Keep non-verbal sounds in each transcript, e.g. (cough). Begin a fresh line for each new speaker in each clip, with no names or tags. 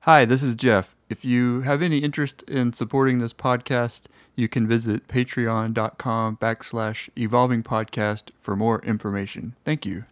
Hi, this is Jeff. If you have any interest in supporting this podcast, you can visit patreon.com backslash evolving podcast for more information. Thank you.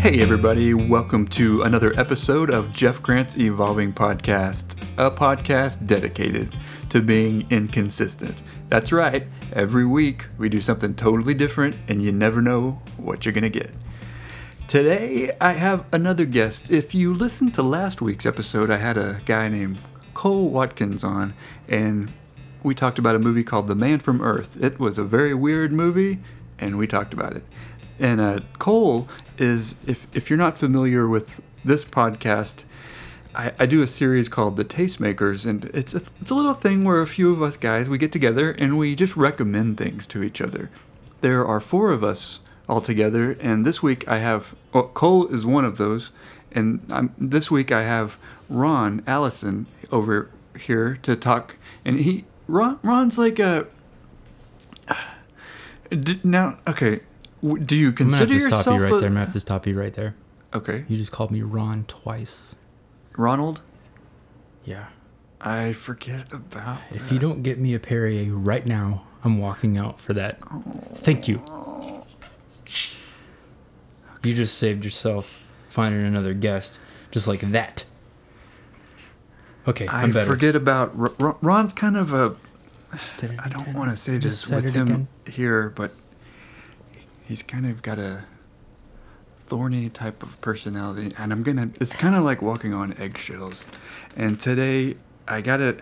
Hey, everybody, welcome to another episode of Jeff Grant's Evolving Podcast, a podcast dedicated to being inconsistent. That's right, every week we do something totally different, and you never know what you're going to get. Today, I have another guest. If you listened to last week's episode, I had a guy named Cole Watkins on, and we talked about a movie called The Man from Earth. It was a very weird movie, and we talked about it. And uh, Cole is, if, if you're not familiar with this podcast, I, I do a series called The Tastemakers, and it's a, it's a little thing where a few of us guys we get together and we just recommend things to each other. There are four of us all together, and this week I have well, Cole is one of those, and I'm, this week I have Ron Allison over here to talk, and he Ron Ron's like a (sighs) d- now okay. w- Do you
I'm gonna have
consider
to
yourself
stop you right
a-
there. I'm gonna have to stop you right there.
okay,
You just called me Ron twice.
Ronald?
Yeah.
I forget about.
If you don't get me a Perrier right now, I'm walking out for that. Thank you. You just saved yourself finding another guest just like that. Okay,
I
I'm better.
forget about R- R- Ron's kind of a.
Just did it
I don't
again.
want to say
Just
this
said
with
it
him
again.
here, but he's kind of got a thorny type of personality, and I'm gonna. It's kind of like walking on eggshells. And today, I gotta.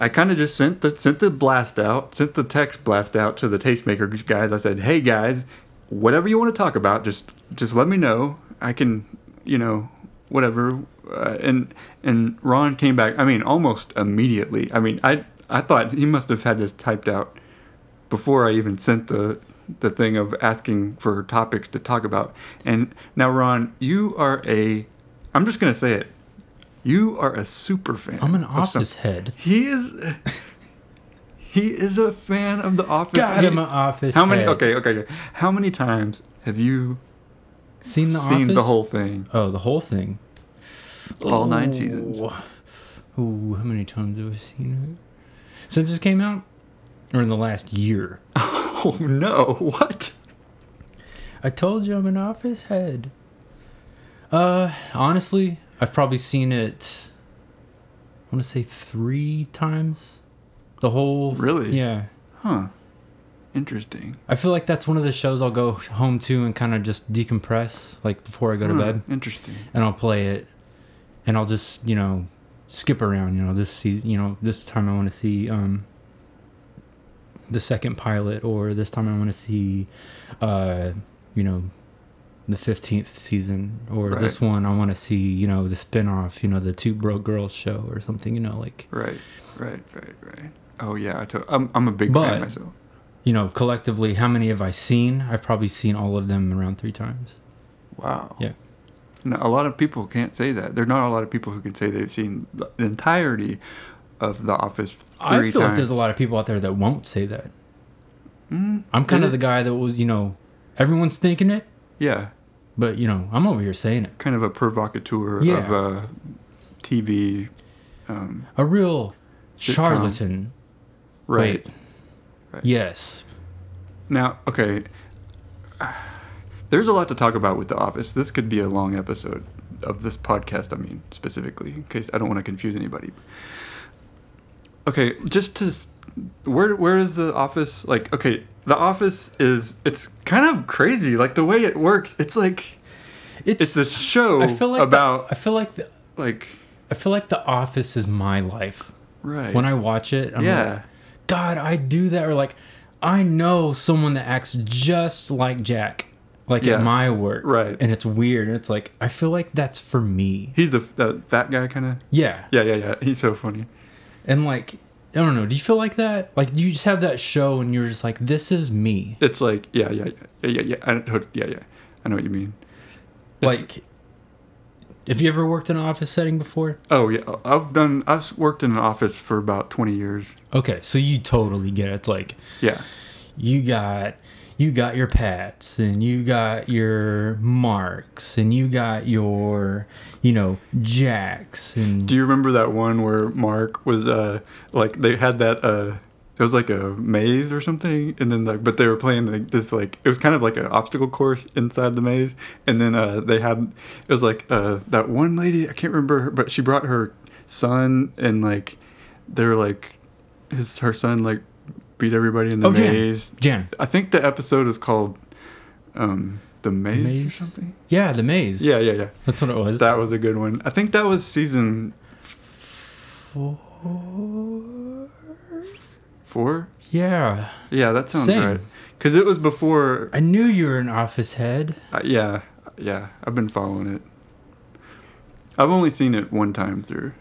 I kind of just sent the sent the blast out, sent the text blast out to the tastemaker guys. I said, "Hey guys, whatever you want to talk about, just just let me know. I can, you know, whatever." Uh, and and Ron came back. I mean, almost immediately. I mean, I I thought he must have had this typed out before I even sent the the thing of asking for topics to talk about. And now, Ron, you are a. I'm just gonna say it. You are a super fan.
I'm an
of some-
office head.
he is. He is a fan of the Office.
God,
He-
I'm an office
How many?
head.
Okay, okay, okay. How many times have you
Seen the
seen
office?
the whole thing?
Oh, the whole thing.
All nine seasons.
Ooh. Ooh, how many times have I seen it? Since this came out? Or in the last year?
Oh no! (laughs) What?
I told you I'm an office head. Uh, honestly, I've probably seen it, I want to say three times. The whole.
Really?
Yeah.
Huh? Interesting.
I feel like that's one of the shows I'll go home to and kind of just decompress, like before I go to
Huh,
bed.
Interesting.
and I'll play it, and I'll just you know skip around. You know this season. You know this time I want to see um the second pilot, or this time I want to see uh you know the fifteenth season, or this one I want to see you know the spinoff. You know the two broke girls show or something. You know like
Right. Right. Right. Right. Oh yeah. I to- I'm I'm a big fan
But-
myself.
you know collectively how many have I seen? I've probably seen all of them around three times.
Wow.
Yeah.
No, a lot of people can't say that. There are not a lot of people who can say they've seen the the entirety of The Office three
I feel
times.
like there's a lot of people out there that won't say that. I'm kind
is
of
it?
the guy that was, you know, everyone's thinking it,
Yeah.
But you know, I'm over here saying it.
kind of a provocateur
Yeah.
of uh, TV. Um,
A real
Sitcom.
charlatan.
right
Wait.
Right.
Yes.
now, okay. There's a lot to talk about with The Office. This could be a long episode of this podcast. I mean, specifically, in case I don't want to confuse anybody. Okay, just to s- where where is The Office? Like, okay, The Office is it's kind of crazy. Like the way it works, it's like it's a show
I feel like
about
the, I feel like the,
like
I feel like The Office is my life.
right
When I watch it, I'm
yeah
like, God, I do that. Or like, I know someone that acts just like Jack, like
Yeah.
at my work,
Right.
And it's weird, and it's like I feel like that's for me.
he's the, the fat guy kind of
Yeah.
(laughs) Yeah, yeah, yeah. He's so funny.
And like, I don't know. Do you feel like that? Like you just have that show and you're just like, this is me.
It's like yeah, yeah, yeah, yeah, yeah. I don't, yeah, yeah. I know what you mean. It's-
Like, have you ever worked in an office setting before?
oh yeah, I've done. I've worked in an office for about twenty years.
Okay, so you totally get it. It's like
Yeah,
you got you got your pats and you got your marks and you got your you know jacks and
Do you remember that one where Mark was uh like they had that uh it was like a maze or something and then like but they were playing like this like it was kind of like an obstacle course inside the maze and then uh they had it was like uh that one lady I can't remember her, but she brought her son and like they were like his her son like beat everybody in the
oh Jan,
maze.
Jan,
I think the episode is called um the maze, or
Maze?
something.
yeah, the maze.
Yeah, yeah, yeah.
that's what it was.
That was a good one. I think that was season four.
yeah,
Yeah, that sounds
Same.
right. Because it was before.
I knew you were an office head.
Uh, yeah, yeah. I've been following it. I've only seen it one time through.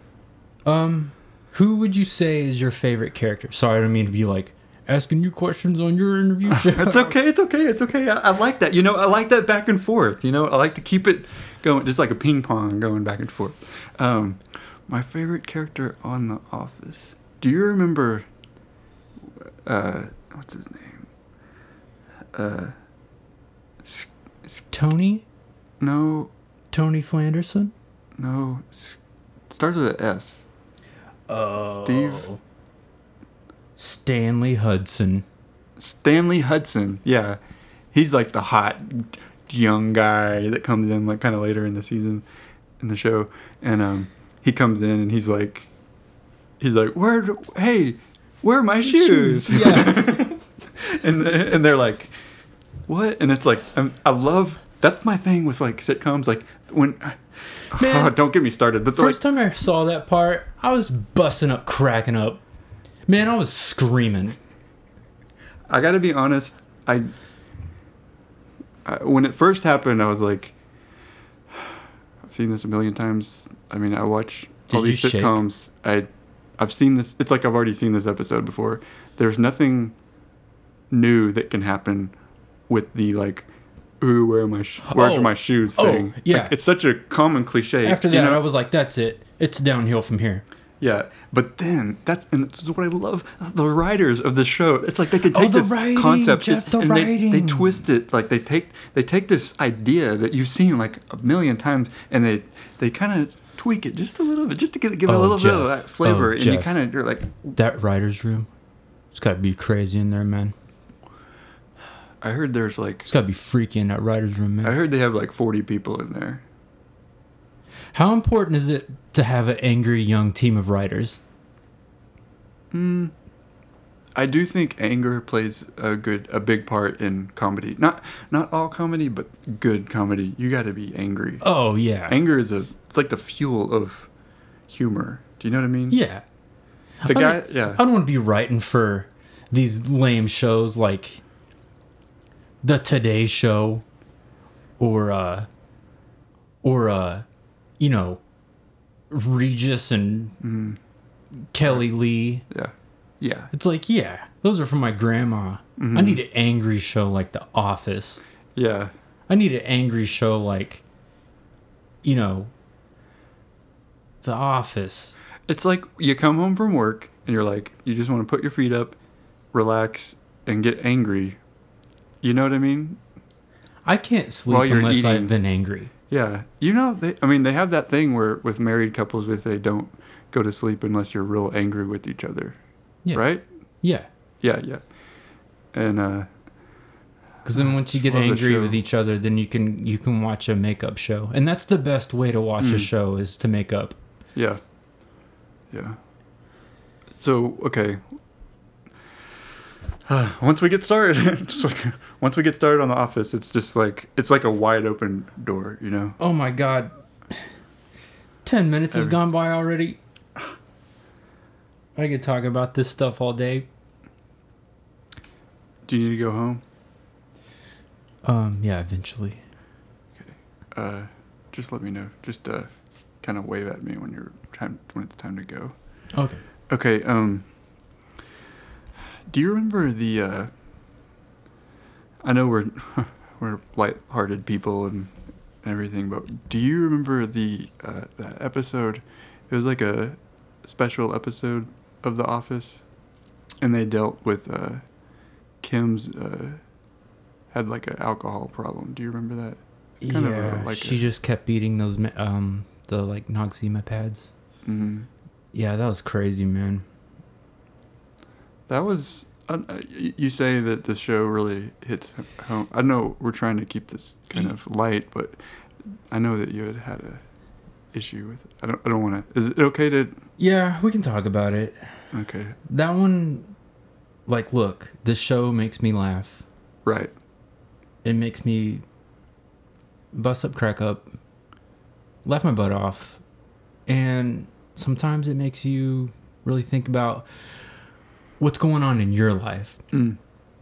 Um, who would you say is your favorite character? Sorry, I don't mean to be like asking you questions on your
(laughs)
interview. show. (laughs)
It's okay. It's okay. It's okay. I, I like that. You know, I like that back and forth. You know, I like to keep it going, just like a ping pong going back and forth. Um, my favorite character on The Office. Do you remember? Uh, what's his name? Uh, S- S-
Tony,
no,
Tony Flanderson.
no. S- starts with an S.
Oh,
Steve.
Stanley Hudson.
Stanley Hudson. Yeah, he's like the hot young guy that comes in like kind of later in the season, in the show, and um, he comes in and he's like, he's like, where? do- Hey, where are my shoes?
Shoes, yeah.
(laughs) and and they're like, what? And it's like, i I love. That's my thing with like sitcoms. Like when, (sighs)
Man.
oh, don't get me started. But they're like,
First time I saw that part, I was busting up, cracking up. Man, I was screaming.
I gotta be honest. I, I when it first happened, I was like, I've seen this a million times. I mean, I watch all
Did
these
you shake?
sitcoms. I, I've seen this. It's like I've already seen this episode before. There's nothing new that can happen with the like, ooh, where are my sh- where's
Oh.
my shoes
Oh,
thing. Like,
yeah.
it's such a common cliche.
After that,
you know?
I was like, that's it. It's downhill from here.
Yeah, but then that's and this is what I love the writers of the show. It's like they can
Oh,
take
the
this
writing,
concept
Jeff, the
and they, they
writing.
twist it. Like they take they take this idea that you've seen like a million times and they they kind of tweak it just a little bit just to get give it a
Oh,
little bit of
Jeff.
that flavor.
Oh,
and you
Jeff.
kind of you're like,
That writer's room, it's gotta be crazy in there, man.
I heard there's like
It's gotta be freaky in that writer's room,
I
man.
heard they have like 40 people in there.
How important is it to have an angry young team of writers?
Mm, I do think anger plays a good a big part in comedy. Not not all comedy, but good comedy. You got to be angry.
Oh, yeah.
anger is a it's like the fuel of humor do you know what i mean
yeah.
the
I
guy
mean, I
yeah
don't want to be writing for these lame shows like the Today Show or uh or uh you know Regis and
Mm-hmm.
Kelly Lee.
yeah yeah
It's like, yeah, those are from my grandma.
Mm-hmm.
I need an angry show like The Office.
yeah
I need an angry show like you know The Office.
it's like you come home from work and you're like you just want to put your feet up relax and get angry you know what i mean
I can't sleep
While you're
unless
eating.
I've been angry.
yeah you know they i mean they have that thing where with married couples with they don't go to sleep unless you're real angry with each other
Yeah.
right
Yeah.
yeah yeah and uh
Because then once you get
love the
angry
show.
with each other, then you can you can watch a makeup show, and that's the best way to watch
Mm.
a show is to make up.
Yeah. Yeah. So okay. (sighs) once we get started, (laughs) it's like- once we get started on the office, it's just like it's like a wide open door, you know.
Oh my god, ten minutes has
Every-
gone by already. I could talk about this stuff all day.
Do you need to go home?
Um, yeah, eventually.
Uh, just let me know. Just uh, kind of wave at me when you're time when it's time to go.
Okay.
Okay. Um, Do you remember the? Uh, I know we're (laughs) we're light-hearted people and everything, but do you remember the uh, that episode? It was like a special episode of The Office, and they dealt with uh, Kim's uh, had like an alcohol problem. Do you remember that? It's kind of a-
yeah,
like
she
a-
just kept eating those me- um the like noxema pads.
Mhm.
Yeah, that was crazy, man.
That was. I- I- You say that the show really hits home. I know we're trying to keep this kind of light, but I know that you had had a issue with. I don't. I don't want to. Is it okay to?
Yeah, we can talk about it.
Okay.
That one, like, look, this show makes me laugh.
Right.
It makes me bust up, crack up, laugh my butt off, and sometimes it makes you really think about what's going on in your life.
Mm.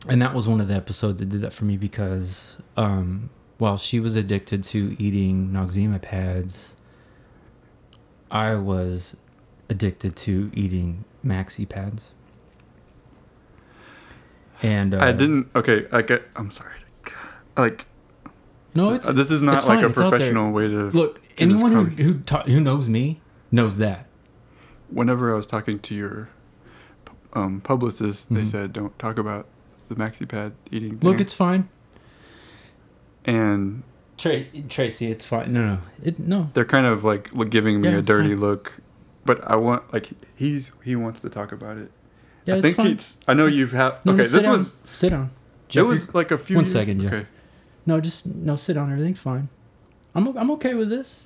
and that was one of the episodes that did that for me because um while she was addicted to eating noxema pads i was addicted to eating maxi pads and uh,
I didn't. Okay. I get. I'm sorry. Like uh,
no it's
this is not
it's
like
fine,
a
it's out there.
professional way to
look
It was
anyone who
covered.
who, ta- who knows me knows that
Whenever I was talking to your um, publicist, they
Mhm.
said don't talk about the maxi pad eating.
look
thing."
it's fine
and
Tra- tracy it's fine no no it no
they're kind of like l- giving me
Yeah,
a dirty
fine.
look but i want like he's he wants to talk about it
yeah
i
it's
think
fine.
it's i know
It's fine.
you've had
no, no,
okay
sit
this
down.
was
sit down
it
Jeff, you're-
was like a few
one
years-
second, Jeff.
okay
No, just no. Sit down. Everything's fine. I'm o- I'm okay with this.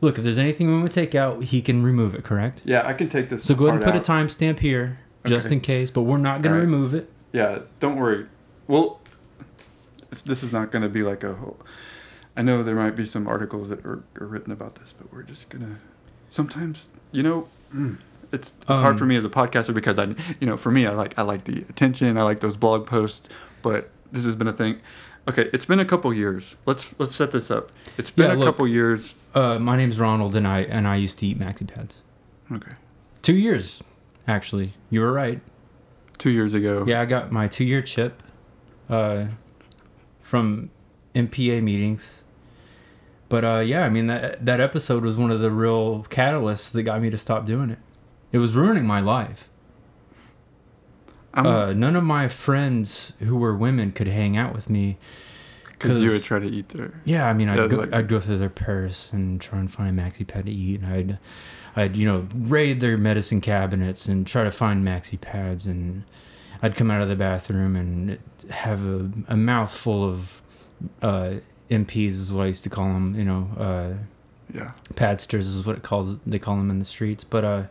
Look, if there's anything we want to take out, he can remove it. Correct.
yeah i can take this
So go ahead and
part
put a
out.
timestamp here, just
Okay.
in case. But we're not gonna
Alright.
remove it.
yeah don't worry well it's, this is not going to be like a whole i know there might be some articles that are, are written about this but we're just gonna sometimes you know mm, it's it's hard
Um,
for me as a podcaster because i you know for me i like i like the attention i like those blog posts but this has been a thing okay it's been a couple years let's let's set this up it's been
Yeah,
a
look.
couple years
Uh, my name's Ronald, and I and I used to eat maxi pads.
okay
Two years, actually. You were right.
two years ago
Yeah, I got my two-year chip uh, from MPA meetings. But uh, yeah, I mean that that episode was one of the real catalysts that got me to stop doing it. It was ruining my life.
i'm
uh, none of my friends who were women could hang out with me.
because you
'cause-
would try to eat there
Yeah, I mean, I'd
Yeah,
go,
like-
I'd go through their purse and try and find a maxi pad to eat, and I'd, I'd you know raid their medicine cabinets and try to find maxi pads, and I'd come out of the bathroom and have a, a mouthful of uh, MPs is what I used to call them, you know, uh,
yeah
padsters is what it calls they call them in the streets, but uh.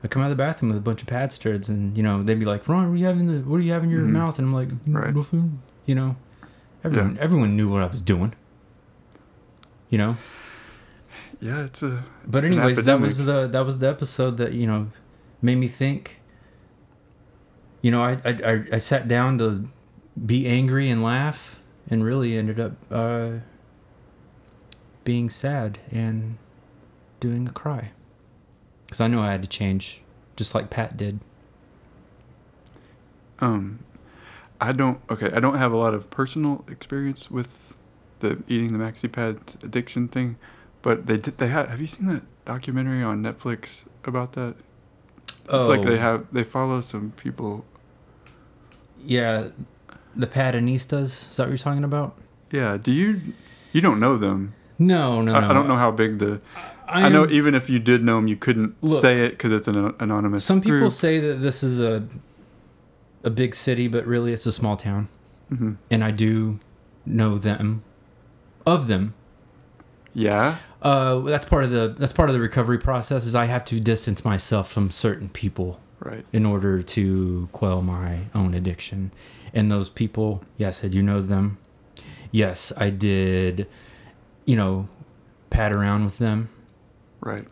I come out of the bathroom with a bunch of pad sturds, and you know they'd be like, "Ron, what do you have in the? What do you have in your
Mhm.
mouth?" And I'm like,
Right.
"Nothing." You know, everyone everyone knew what I was doing. You know,
yeah it's a
but
It's an
anyways, that was the that was the episode that you know made me think. You know, I I I, I sat down to be angry and laugh, and really ended up uh, being sad and doing a cry. Because I know I had to change, just like Pat did.
Um, I don't. Okay, I don't have a lot of personal experience with the eating the maxi pad addiction thing, but they did. They had. Have you seen that documentary on Netflix about that? It's like
Oh.
they have. They follow some people.
yeah, the Patanistas. Is that what you're talking about?
Yeah. Do you? You don't know them.
No, no,
I,
no.
I don't know how big the. I,
am-
know even if you did know them, you couldn't
Look.
say it because it's an an- anonymous.
Some people
group.
say that this is a a big city, but really it's a small town.
Mhm.
And I do know them, of them.
Yeah.
Uh, that's part of the that's part of the recovery process. Is I have to distance myself from certain people
Right.
in order to quell my own addiction. And those people, yes, I do know them. Yes, I did. You know, pat around with them.
Right.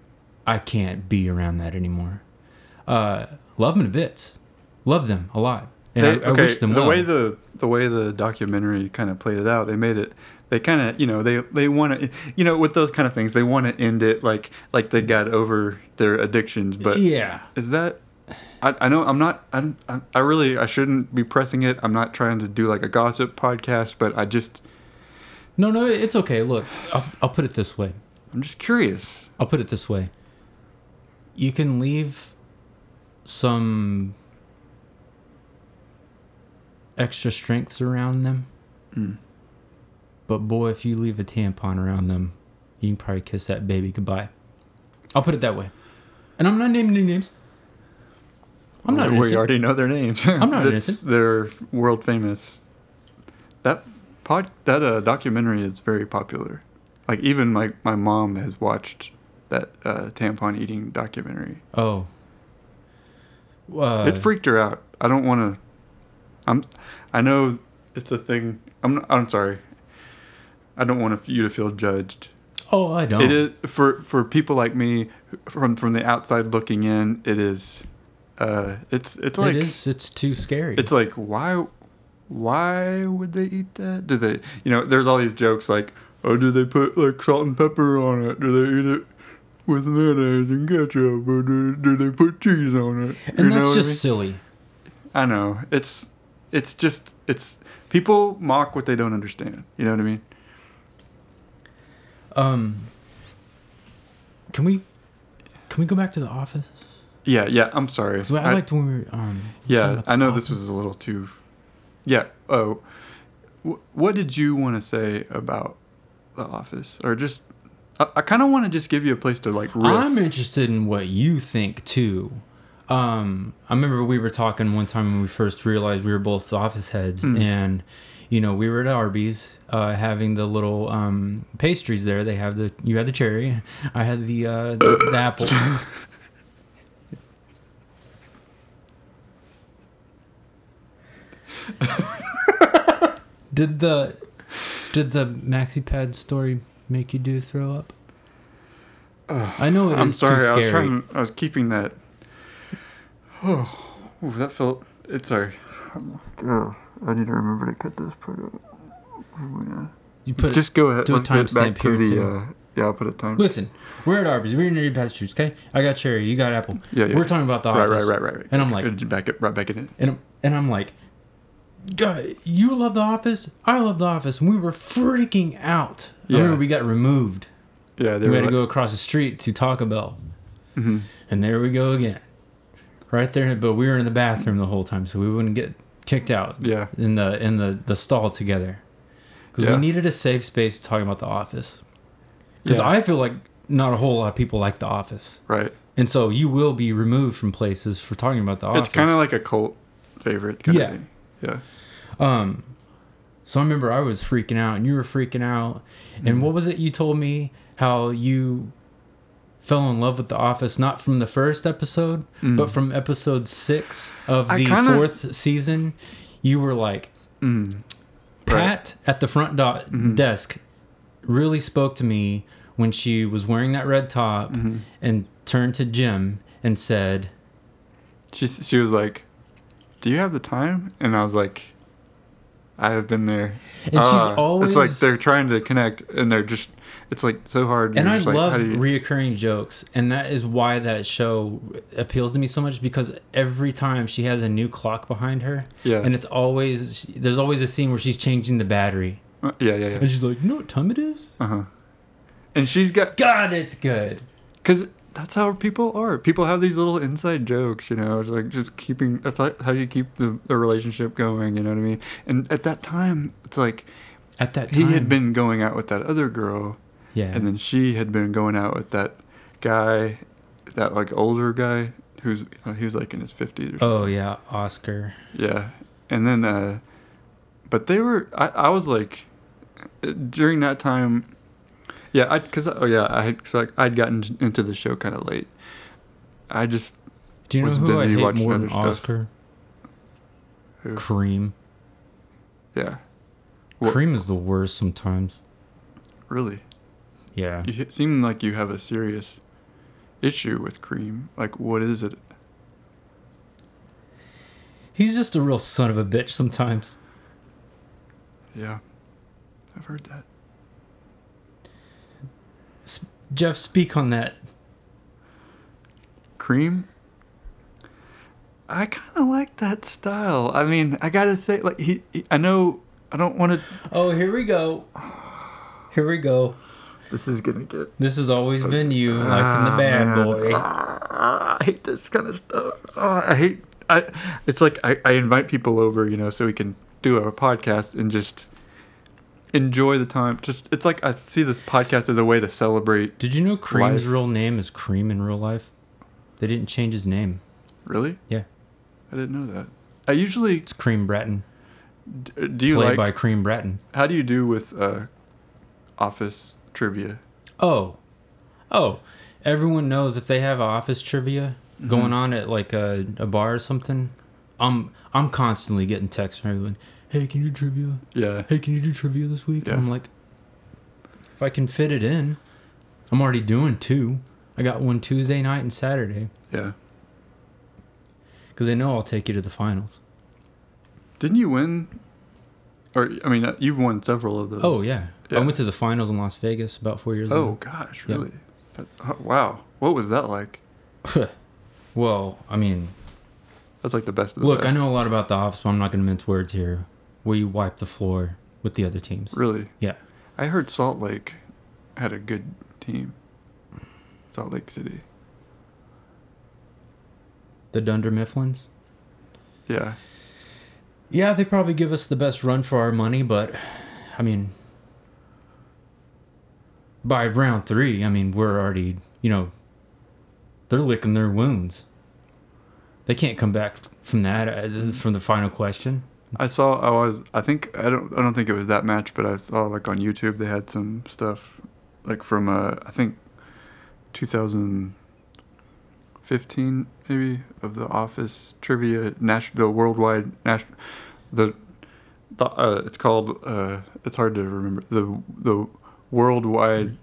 I can't be around that anymore. Uh, love them to bits. Love them a lot. And
They-
I, I wish them
the
well.
way the the way the documentary kind of played it out, they made it. They kind of, you know, they they want to, you know, with those kind of things, they want to end it like like they got over their addictions. But
yeah.
is that I, I know I'm not. I'm, I I really I shouldn't be pressing it. I'm not trying to do like a gossip podcast, but I just
No, no, it's okay. Look, I'll, I'll put it this way.
I'm just curious.
I'll put it this way. You can leave some extra strengths around them. But boy, if you leave a tampon around them, you can probably kiss that baby goodbye. I'll put it that way. And I'm not naming any names. I'm not
We
innocent.
already know their names.
(laughs) I'm not
That's-
innocent.
They're world famous. That pod that uh, documentary is very popular. Like even my my mom has watched that uh, tampon eating documentary.
Oh. Uh,
it freaked her out. I don't want to. I'm. I know it's a thing. I'm. I'm sorry. I don't want you to feel judged.
oh, I don't.
It is for for people like me, from from the outside looking in. It is. Uh, it's it's like
it is. It's too scary.
it's like why why would they eat that? Do they you know? There's all these jokes like oh do they put like salt and pepper on it? Do they eat it? With mayonnaise and ketchup, or do, do they put cheese on it?
and that's
what I
just
mean?
silly.
I know. It's it's just it's people mock what they don't understand. You know what I mean?
Um, can we can we go back to the office?
Yeah, yeah. I'm sorry.
'Cause I,
I-
liked when we were. Um, talking
yeah,
about the
I know this
office.
was a little too. Yeah. Oh, Wh- what did you want to say about the office, or just? I, I kind of want to just give you a place to like riff.
I'm interested in what you think too. Um, I remember we were talking one time when we first realized we were both office heads, and you know we were at Arby's uh, having the little um, pastries there. They have the you had the cherry, I had the uh, the, the apple. did the did the maxi pad story make you do throw up? I know it is
I'm
too
sorry. I
scary.
was trying. I was keeping that. (sighs) Oh, ooh, that felt. It's sorry. I need to remember to cut this part out.
You put
Just go ahead.
do a
Let's get
timestamp
back to
here,
the,
too.
uh, yeah, I'll put a time.
Listen, we're at Arby's. We're in the past shoes, okay? I got cherry. You got apple.
Yeah, yeah.
We're talking about the
Right,
office.
right, right, right, right.
And I'm like,
Good, back it, right back in it.
and I'm, and I'm like, God, you love the office. I love the office. And we were freaking out.
Yeah.
I remember we got removed.
Yeah, they
We
were
had to
like,
go across the street to Taco Bell.
Mhm.
And there we go again. Right there, but we were in the bathroom the whole time, so we wouldn't get kicked out
Yeah,
in the in the the stall together because
Yeah.
we needed a safe space to talk about the office because
Yeah.
i feel like not a whole lot of people like the office
right.
and so you will be removed from places for talking about the office
It's kind of like a cult favorite. Kind
Yeah.
Of thing. Yeah.
um so i remember i was freaking out and you were freaking out
Mm.
and what was it you told me how you fell in love with the office not from the first episode but from episode six of
Mm. I
the
kinda-
fourth season you were like
Mm. Right. Mm-hmm.
Pat at the front do- desk really spoke to me when she was wearing that red top
Mm-hmm.
and turned to Jim and said,
She she was like, "Do you have the time?" And I was like, "I have been there."
and
Ah,
she's always
It's like they're trying to connect, and they're just. It's like so hard.
and
You're
I
just like,
love
how do you-
reoccurring jokes, and that is why that show appeals to me so much because every time she has a new clock behind her,
Yeah.
and it's always there's always a scene where she's changing the battery,
Uh, yeah, yeah, yeah.
and she's like, "You know what time it is?
Uh huh. And she's got
God, it's good."
because that's how people are. People have these little inside jokes, you know. It's like just keeping. That's like how you keep the, the relationship going. You know what I mean? And at that time, it's like
At that time,
he had been going out with that other girl,
yeah,
and then she had been going out with that guy, that like older guy who's he was like in his fifties. or
oh yeah, Oscar.
yeah, and then, uh, but they were. I, I was like, uh, during that time, yeah, I because oh yeah, I had so like, I'd gotten into the show kind of late. I just
Do you know
was
who I
busy
hate
watching
more
other
than
stuff.
Oscar?
Who?
Cream.
yeah, Wha-
Cream is the worst sometimes.
really.
Yeah.
You h- seem like you have a serious issue with cream. Like, what is it?
He's just a real son of a bitch sometimes.
Yeah, I've heard that.
S- Jeff, speak on that.
Cream. I kind of like that style. I mean, I gotta say, like he, he I know I don't want to.
Oh, here we go. Here we go.
This is gonna get
This has always been you, like in the
Ah,
bad
man.
boy.
Ah, I hate this kind of stuff. Ah, I hate. I. It's like I, I invite people over, you know, so we can do a podcast and just enjoy the time. Just it's like I see this podcast as a way to celebrate.
Did you know Cream's
Life.
real name is Cream in real life? They didn't change his name.
Really?
Yeah,
I didn't know that. I usually
it's Cream Bratton,
d- do. You
played
like?
by Cream Bratton.
How do you do with uh, office trivia?
Oh, oh, everyone knows if they have office trivia
Mm-hmm.
going on at like a, a bar or something. I'm I'm constantly getting texts from everyone. Hey, can you do trivia?
Yeah.
Hey, can you do trivia this week?
Yeah.
And I'm like, if I can fit it in, I'm already doing two. I got one Tuesday night and Saturday
Yeah.
because they know I'll take you to the finals.
Didn't you win? Or I mean, uh, you've won several of those.
Oh yeah.
Yeah.
I went to the finals in Las Vegas about four years
Oh
ago.
gosh,
Yeah.
really? That, oh, wow. What was that like?
Well, I mean,
That's like the best of the
look,
best.
I know a lot about the office, but I'm not going to mince words here. We wipe the floor with the other teams.
Really?
Yeah.
I heard Salt Lake had a good team. Salt Lake City.
The Dunder Mifflins.
Yeah.
Yeah, they probably give us the best run for our money, but I mean, by round three, I mean we're already you know they're licking their wounds. They can't come back from that uh, from the final question.
I saw. I was. I think. I don't. I don't think it was that match, but I saw like on YouTube they had some stuff, like from uh, I think, 2015 maybe of the Office trivia national the worldwide national the the uh, it's called uh, it's hard to remember the the worldwide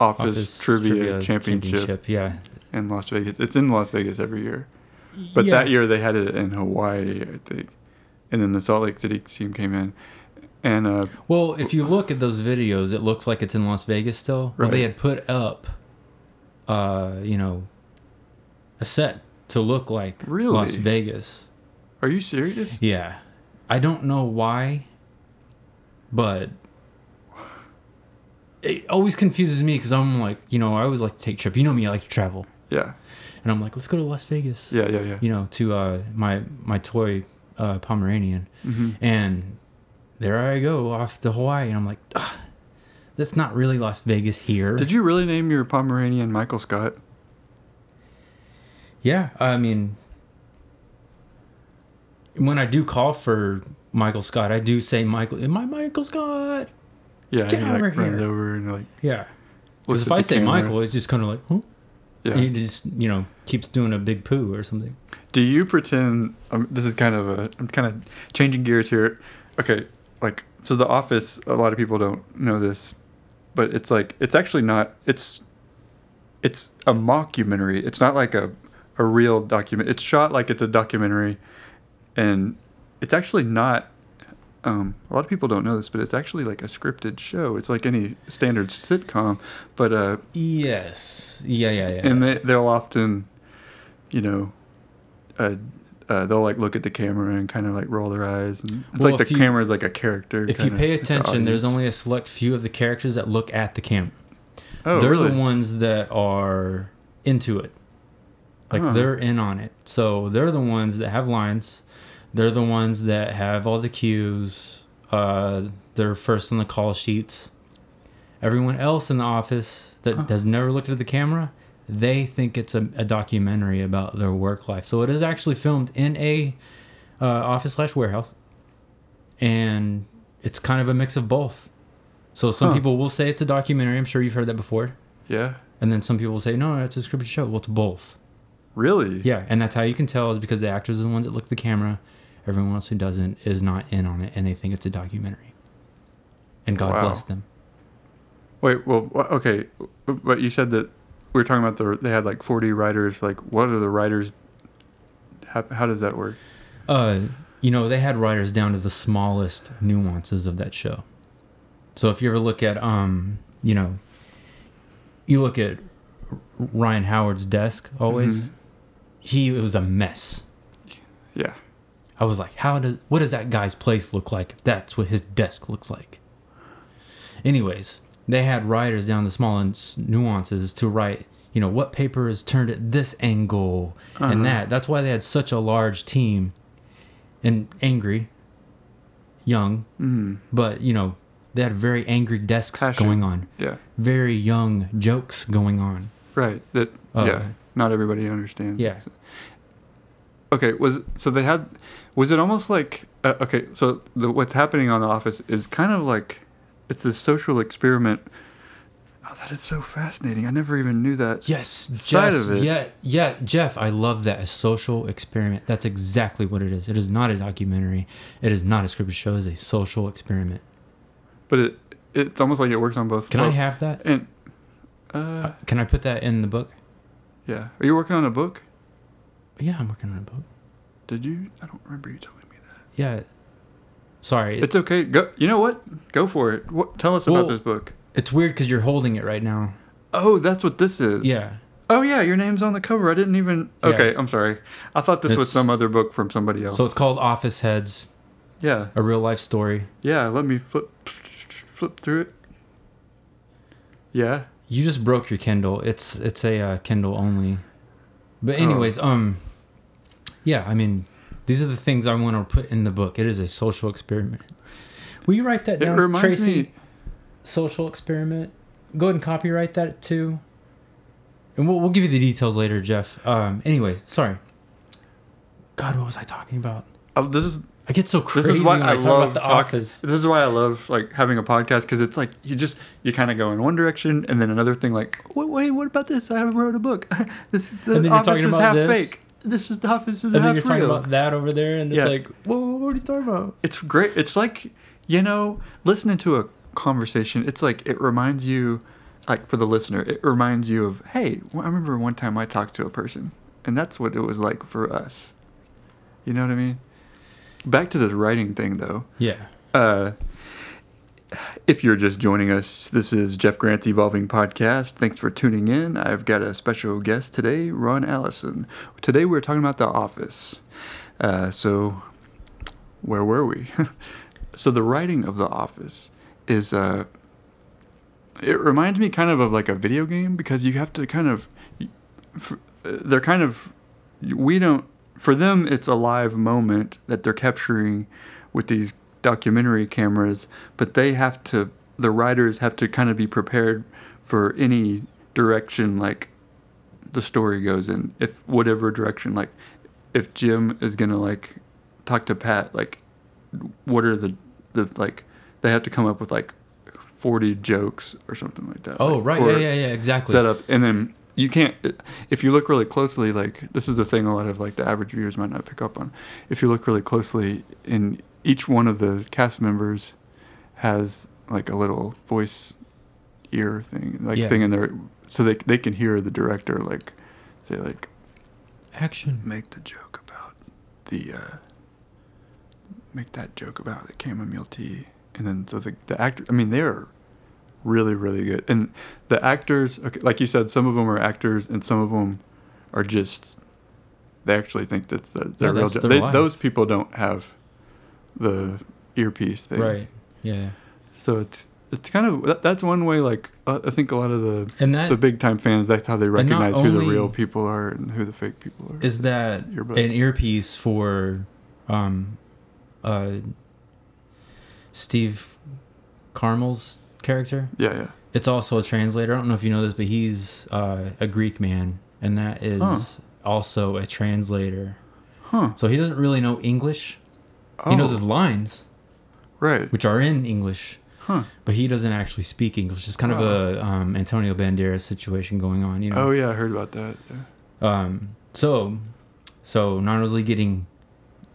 Office, trivia, championship
Yeah,
in Las Vegas. It's in Las Vegas every year. But that year they had it in Hawaii, I think. And then the Salt Lake City team came in. And uh,
Well, if you look at those videos, it looks like it's in Las Vegas still. Well, they
Right.
had put up, uh, you know, a set to look like Las
Really?
Vegas.
are you serious?
Yeah, I don't know why, but it always confuses me because I'm like, you know, I always like to take trip. You know me, I like to travel,
Yeah.
and I'm like, let's go to Las Vegas.
Yeah, yeah, yeah.
You know, to uh, my my toy uh, Pomeranian
hmm
and there I go off to Hawaii, and I'm like, "Ugh, that's not really Las Vegas here.
Did you really name your Pomeranian Michael Scott?
yeah, I mean, when I do call for Michael Scott, I do say Michael. Am I Michael Scott?
Yeah,
Get
and he like
over
runs
here.
over and like.
Yeah, because
looks
if
at
I
the
say
camera.
Michael, it's just kind of like, huh?
yeah.
He just you know keeps doing a big poo or something.
Do you pretend? Um, this is kind of a. I'm kind of changing gears here. Okay, like so, The Office. A lot of people don't know this, but it's like it's actually not. It's it's a mockumentary. It's not like a a real document. It's shot like it's a documentary, and it's actually not. Um, a lot of people don't know this, but it's actually like a scripted show. It's like any standard sitcom, but uh,
Yes. Yeah. Yeah. Yeah.
and they, they'll often you know uh, uh, they'll like look at the camera and kind of like roll their eyes and it's
Well,
like
if
the
you-
camera is like a character
if you
kinda,
pay
like the
attention, there's
audience.
only a select few of the characters that look at the camera.
oh,
they're
really?
the ones that are into it. Like
Huh.
they're in on it. So they're the ones that have lines. They're the ones that have all the cues. Uh, they're first on the call sheets. Everyone else in the office that has never looked at the camera, they think it's a, a documentary about their work life. So it is actually filmed in a uh, office slash warehouse, and it's kind of a mix of both. So some
Huh.
people will say it's a documentary. I'm sure you've heard that before.
yeah
And then some people will say, no, it's a scripted show. Well, it's both.
really
Yeah, and that's how you can tell is because the actors are the ones that look at the camera. Everyone else who doesn't is not in on it, and they think it's a documentary. And God
Wow.
bless them.
wait well wha- okay but you said that we were talking about the they had like 40 writers like what are the writers how, how does that work
Uh, you know, they had writers down to the smallest nuances of that show. So if you ever look at, um, you know, you look at Ryan Howard's desk always,
Mhm.
he it was a mess.
Yeah.
I was like, how does what does that guy's place look like if that's what his desk looks like? Anyways, they had writers down the small ins- nuances to write, you know, what paper is turned at this angle and that. That's why they had such a large team and angry, young,
Mm-hmm.
but you know, they had very angry desks
Passion.
going on,
Yeah.
very young jokes going on.
Right. That
Uh,
yeah. Not everybody understands.
yeah.
Okay. Was so they had was it almost like uh, okay so the, what's happening on the office is kind of like it's this social experiment. Oh, that is so fascinating. I never even knew that.
Yes,
side
Jess,
of it.
Yeah, yeah, Jeff, I love that. A social experiment. That's exactly what it is. It is not a documentary. It is not a scripted show. It is a social experiment.
But it it's almost like it works on both.
Can I
well,
have that?
And uh,
Can I put that in the book?
yeah. Are you working on a book?
Yeah, I'm working on a book.
Did you? I don't remember you telling me that.
Yeah. Sorry. It's,
It's okay. Go. You know what? Go for it. What, tell us
Well-
about this book.
it's weird because you're holding it right now.
Oh, that's what this is.
Yeah.
Oh yeah, your name's on the cover. I didn't even.
Yeah.
Okay, I'm sorry. I thought this was
It's-
some other book from somebody else.
So it's called Office Heads,
yeah,
a real life story.
yeah. Let me flip flip through it. Yeah.
You just broke your Kindle. It's it's a uh, Kindle only. But
Oh.
anyways, um, yeah, I mean, these are the things I want to put in the book. It is a social experiment. Will you write that
It
down,
reminds
Tracy?
me.
Social experiment. Go ahead and copyright that too. And we'll we'll give you the details later, Jeff. Um, anyways, sorry. God, what was I talking about?
uh, This is
I get so
this
crazy
is why
when
I,
I, talk
love
about the
talk-
office.
This is why I love like having a podcast because it's like you just you kind of go in one direction and then another thing like wait wait what about this? I wrote a book. (laughs) this is the
And then you're
office
talking
is
about
half
this.
fake. This is the office is
And
half
then you're talking
real.
about that over there, and
Yeah.
it's like, whoa, what are you talking about?
It's great. It's like, you know, listening to a conversation, it's like it reminds you like for the listener, it reminds you of, hey, well, I remember one time I talked to a person, and that's what it was like for us. You know what I mean? Back to this writing thing though.
Yeah.
Uh if you're just joining us, this is Jeff Grant's Evolving Podcast. Thanks for tuning in. I've got a special guest today, Ron Allison. Today we're talking about The Office. Uh, so, where were we? (laughs) so, the writing of The Office is. Uh, it reminds me kind of of like a video game because you have to kind of. f- They're kind of. We don't. For them, it's a live moment that they're capturing with these documentary cameras, but they have to. The writers have to kind of be prepared for any direction, like the story goes in if whatever direction like if jim is gonna like talk to pat like what are the the like they have to come up with like 40 jokes or something like that
Oh,
like,
right.
for
Yeah, yeah, yeah. Exactly.
setup and then you can't if you look really closely like this is the thing a lot of like the average viewers might not pick up on if you look really closely in each one of the cast members has like a little voice ear thing like
Yeah.
thing in their so they they can hear the director like say like
Action.
make the joke about the uh make that joke about the chamomile tea and then so the, the actor i mean they're really really good and the actors okay, like you said some of them are actors and some of them are just they actually think that's the, their real
that's
job
their
they,
life.
those people don't have the earpiece thing
Right. Yeah.
so it's it's kind of that, that's one way like uh, i think a lot of the
And that
the big time fans that's how they
and not
recognize who the
only-
real people are and who the fake people are
is that
Earbuds.
an earpiece for um uh Steve Carmel's character.
yeah yeah
It's also a translator. I don't know if you know this, but he's uh, a Greek man and that is
Huh.
also a translator.
huh
So he doesn't really know English.
oh.
He knows his lines,
Right.
which are in English,
Huh.
but he doesn't actually speak English. It's kind of a um, Antonio Banderas situation going on, you know.
Oh yeah, I heard about that. Yeah.
Um, so, so not only getting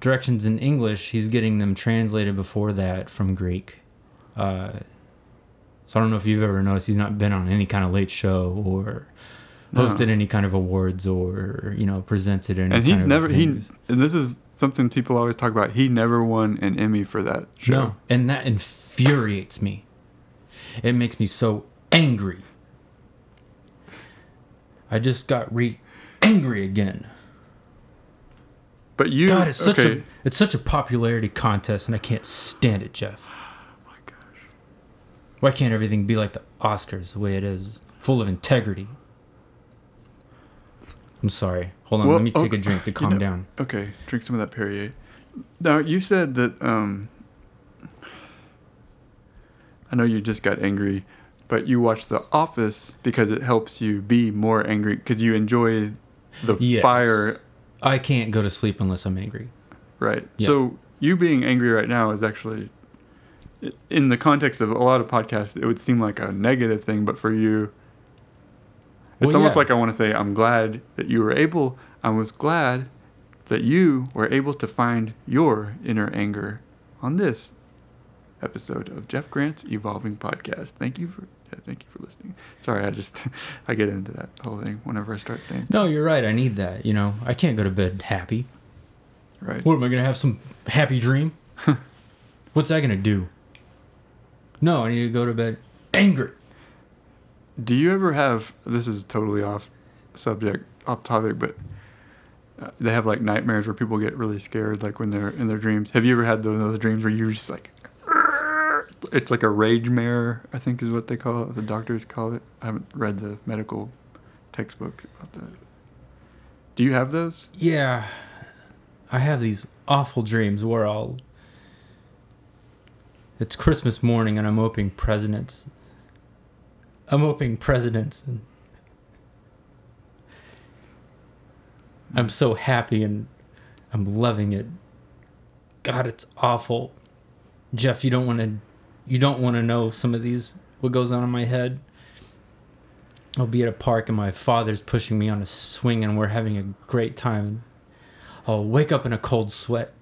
directions in English, he's getting them translated before that from Greek. Uh, so I don't know if you've ever noticed he's not been on any kind of late show or
No.
hosted any kind of awards or you know presented any.
And he's
kind
never
of
he
things.
and this is something people always talk about. He never won an Emmy for that show.
no, and that infuriates me. It makes me so angry. I just got re angry again.
But you,
God, it's such
okay,
a it's such a popularity contest, and I can't stand it,
(sighs)
Jeff.
Oh my gosh.
Why can't everything be like the Oscars the way it is, full of integrity? I'm sorry. Hold on,
Well,
let me take
oh,
a drink to
you
calm
know-
down.
Okay, drink some of that Perrier. Now you said that. um I know you just got angry, but you watch The Office because it helps you be more angry because you enjoy the
Yes.
fire,
I can't go to sleep unless I'm angry.
right?
Yeah.
So you being angry right now is actually, in the context of a lot of podcasts, it would seem like a negative thing, but for you, It's
Well,
almost
yeah.
like I want to say, I'm glad that you were able, I was glad that you were able to find your inner anger on this episode of Jeff Grant's Evolving Podcast. Thank you for. yeah, Thank you for listening. Sorry, I just (laughs) I get into that whole thing whenever I start saying
No, you're right. I need that. You know, I can't go to bed happy.
right.
What am I gonna have some happy
(laughs)
dream? What's that gonna do? No, I need to go to bed angry.
Do you ever have this is totally off subject, off topic, but uh, they have like nightmares where people get really scared, like when they're in their dreams. Have you ever had those, those dreams where you're just like, it's like a rage mare, I think is what they call it, the doctors call it. I haven't read the medical textbook about that. Do you have those?
Yeah, I have these awful dreams where I'll. It's Christmas morning and I'm opening presents. I'm opening presents and. I'm so happy and I'm loving it. God, it's awful. Jeff, you don't want to you don't want to know some of these what goes on in my head. I'll be at a park and my father's pushing me on a swing and we're having a great time. I'll wake up in a cold sweat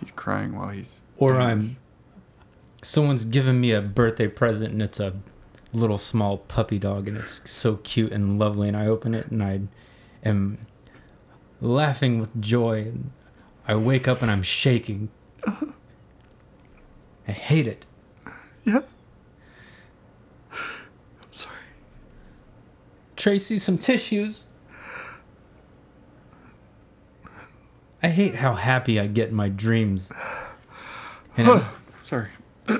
He's crying while he's.
or
saying
I'm someone's giving me a birthday present and it's a little small puppy dog and it's so cute and lovely and I open it and I am laughing with joy and I wake up and I'm shaking. I hate it.
this. Yeah. (sighs) I'm sorry.
Tracy some tissues. I hate how happy I get in my dreams. And I'm-
Sorry. (clears throat) I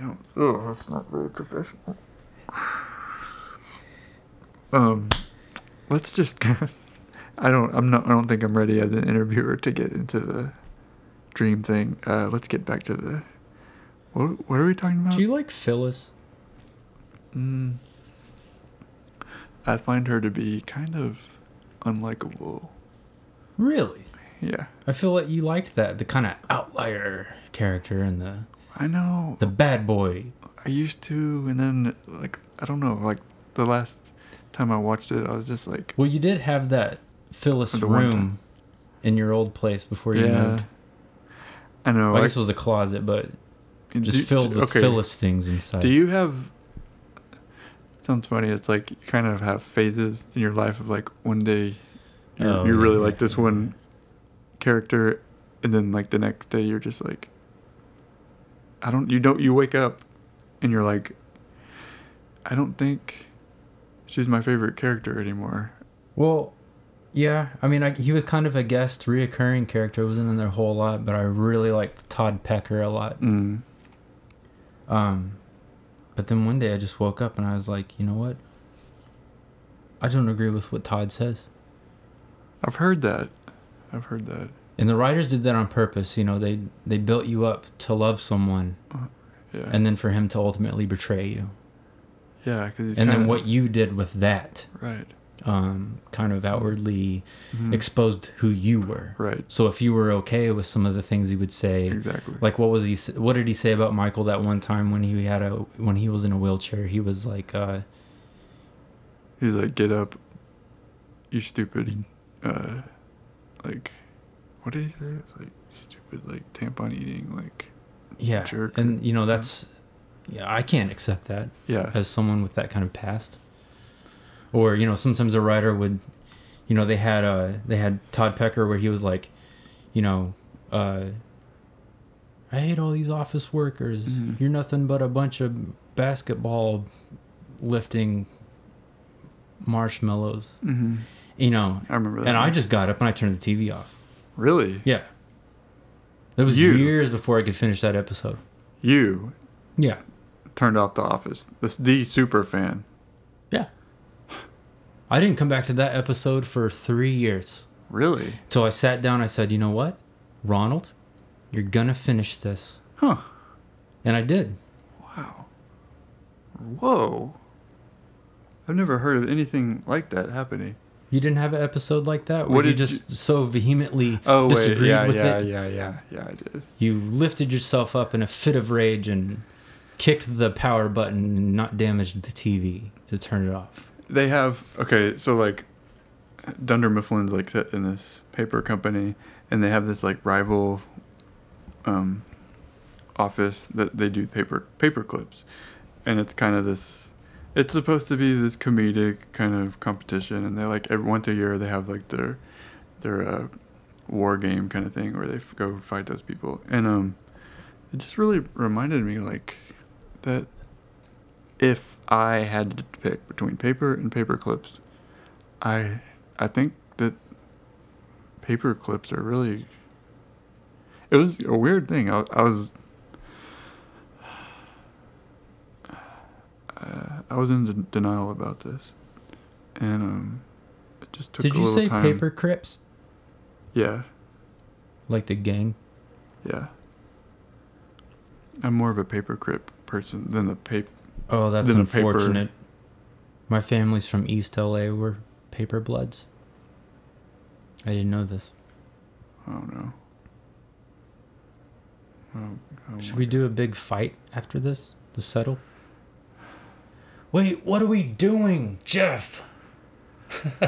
don't. Oh, that's not very professional. Um, let's just. (laughs) I don't. I'm not. I don't think I'm ready as an interviewer to get into the dream thing. Uh, let's get back to the. What What are we talking about?
do you like Phyllis?
Mm, I find her to be kind of unlikable.
Really?
Yeah,
I feel like you liked that the kind of outlier character and the
I know.
the bad boy.
I used to, and then like I don't know. Like the last time I watched it, I was just like,
Well, you did have that Phyllis
The one
room
time.
in your old place before you
yeah.
moved.
I know.
Well, I
I-
guess it was a closet, but
And
just
do-
filled
do-
with Phyllis things inside.
Do you have? Sounds funny. It's like you kind of have phases in your life of like one day, you
Oh,
you
yeah,
really
yeah,
like this
yeah.
one character, and then like the next day you're just like, I don't. You don't. You wake up, and you're like, I don't think she's my favorite character anymore.
Well, yeah. I mean, I, he was kind of a guest, reoccurring character. wasn't in there a whole lot, but I really liked Todd Pecker a lot.
Mm.
Um, but then one day I just woke up and I was like, you know what? I don't agree with what Todd says.
I've heard that. I've heard that.
And the writers did that on purpose. You know, they they built you up to love someone,
Uh, Yeah.
and then for him to ultimately betray you.
yeah, because he's
and
kinda,
then what you did with that
Right.
um, kind of outwardly
Mhm.
exposed who you were.
right.
So if you were okay with some of the things he would say,
Exactly.
like what was he? s- What did he say about Michael that one time when he had a when he was in a wheelchair? He was like, uh,
He's like, get up, you stupid,
Mm-hmm.
uh, like, what did he say? It's like, stupid, like, tampon eating, like,
yeah,
Jerk.
and you know that's, yeah, I can't accept that.
yeah,
as someone with that kind of past or you know sometimes a writer would you know they had uh they had todd pecker where he was like you know uh i hate all these office workers
Mhm.
you're nothing but a bunch of basketball lifting marshmallows
mm-hmm.
you know.
I remember that.
And I
one.
just got up and I turned the TV off.
really
Yeah. It was
You-
years before I could finish that episode.
you
Yeah.
turned off the office. This the super fan.
Yeah. I didn't come back to that episode for three years.
Really?
So I sat down. I said, you know what, Ronald, you're gonna finish this,
Huh.
and I did.
Wow. Whoa. I've never heard of anything like that happening.
You didn't have an episode like that where
What
you
did
just so vehemently
Oh wait,
disagreed
yeah,
with
yeah,
it.
yeah, yeah, yeah. I did.
You lifted yourself up in a fit of rage and kicked the power button and not damaged the TV to turn it off.
They have okay, so like, Dunder Mifflin's like set in this paper company, and they have this like rival, um, office that they do paper paper clips, and it's kind of this. It's supposed to be this comedic kind of competition, and they like every once a year they have like their their uh, war game kind of thing where they f- go fight those people, and um, it just really reminded me like that if I had to pick between paper and paper clips, I I think that paper clips are really. It was a weird thing. I, I was. (sighs) Uh, I was in de- denial about this, and um, it just took
Did
a
you
little
say
time.
paper crips
Yeah,
like the gang?
yeah. I'm more of a paper crip person than the paper.
Oh, that's
Then the paper-
unfortunate. My family's from East LA. We're paper bloods. I didn't know this.
Oh I don't know. Oh, oh
Should
my
we do a big fight after this to settle? Wait, what are we doing, Jeff? (laughs)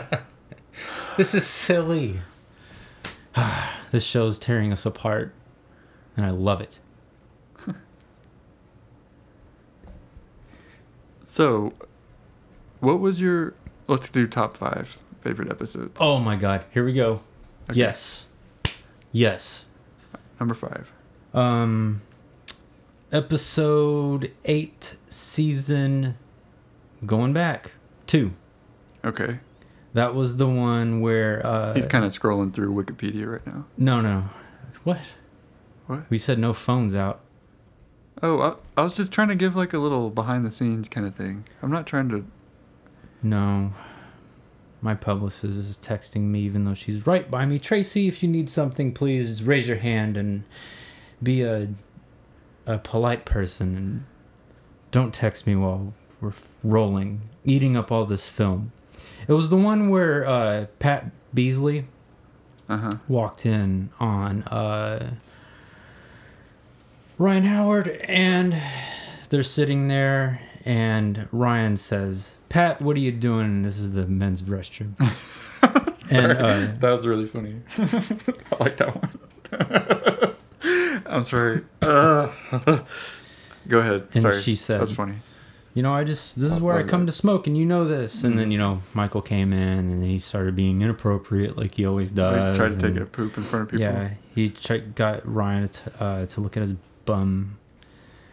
this is silly. (sighs) this show's tearing us apart, and I love it.
So, what was your? Let's do top five favorite episodes.
Oh my god, here we go.
Okay.
Yes. Yes.
Number five.
Um, episode eight, season, going back two.
Okay,
That was the one where uh,
he's kind of scrolling through Wikipedia right now.
no, no, what?
What?
We said no phones out.
Oh, I, I was just trying to give like a little behind the scenes kind of thing. I'm not trying to.
No, my publicist is texting me, even though she's right by me. Tracy, if you need something, please raise your hand and be a a polite person and don't text me while we're f- rolling, eating up all this film. It was the one where uh, Pat Beasley
Uh huh.
walked in on uh, Ryan Howard, and they're sitting there, and Ryan says, "Pat, what are you doing?" And this is the
(laughs)
men's restroom. and uh,
that was really
(laughs)
funny. I like that one. (laughs) I'm sorry. Uh, (laughs) go ahead.
And
sorry.
she said-
"That's funny."
you know, I just this is
I
where I
love
come
it. Mm-hmm.
to smoke, and you know this. And then you know, Michael came in, and he started being inappropriate, like he always
Like,
does.
tried to take
and-
a poop in front of people.
Yeah, he ch- got Ryan to, uh, to look at his bum,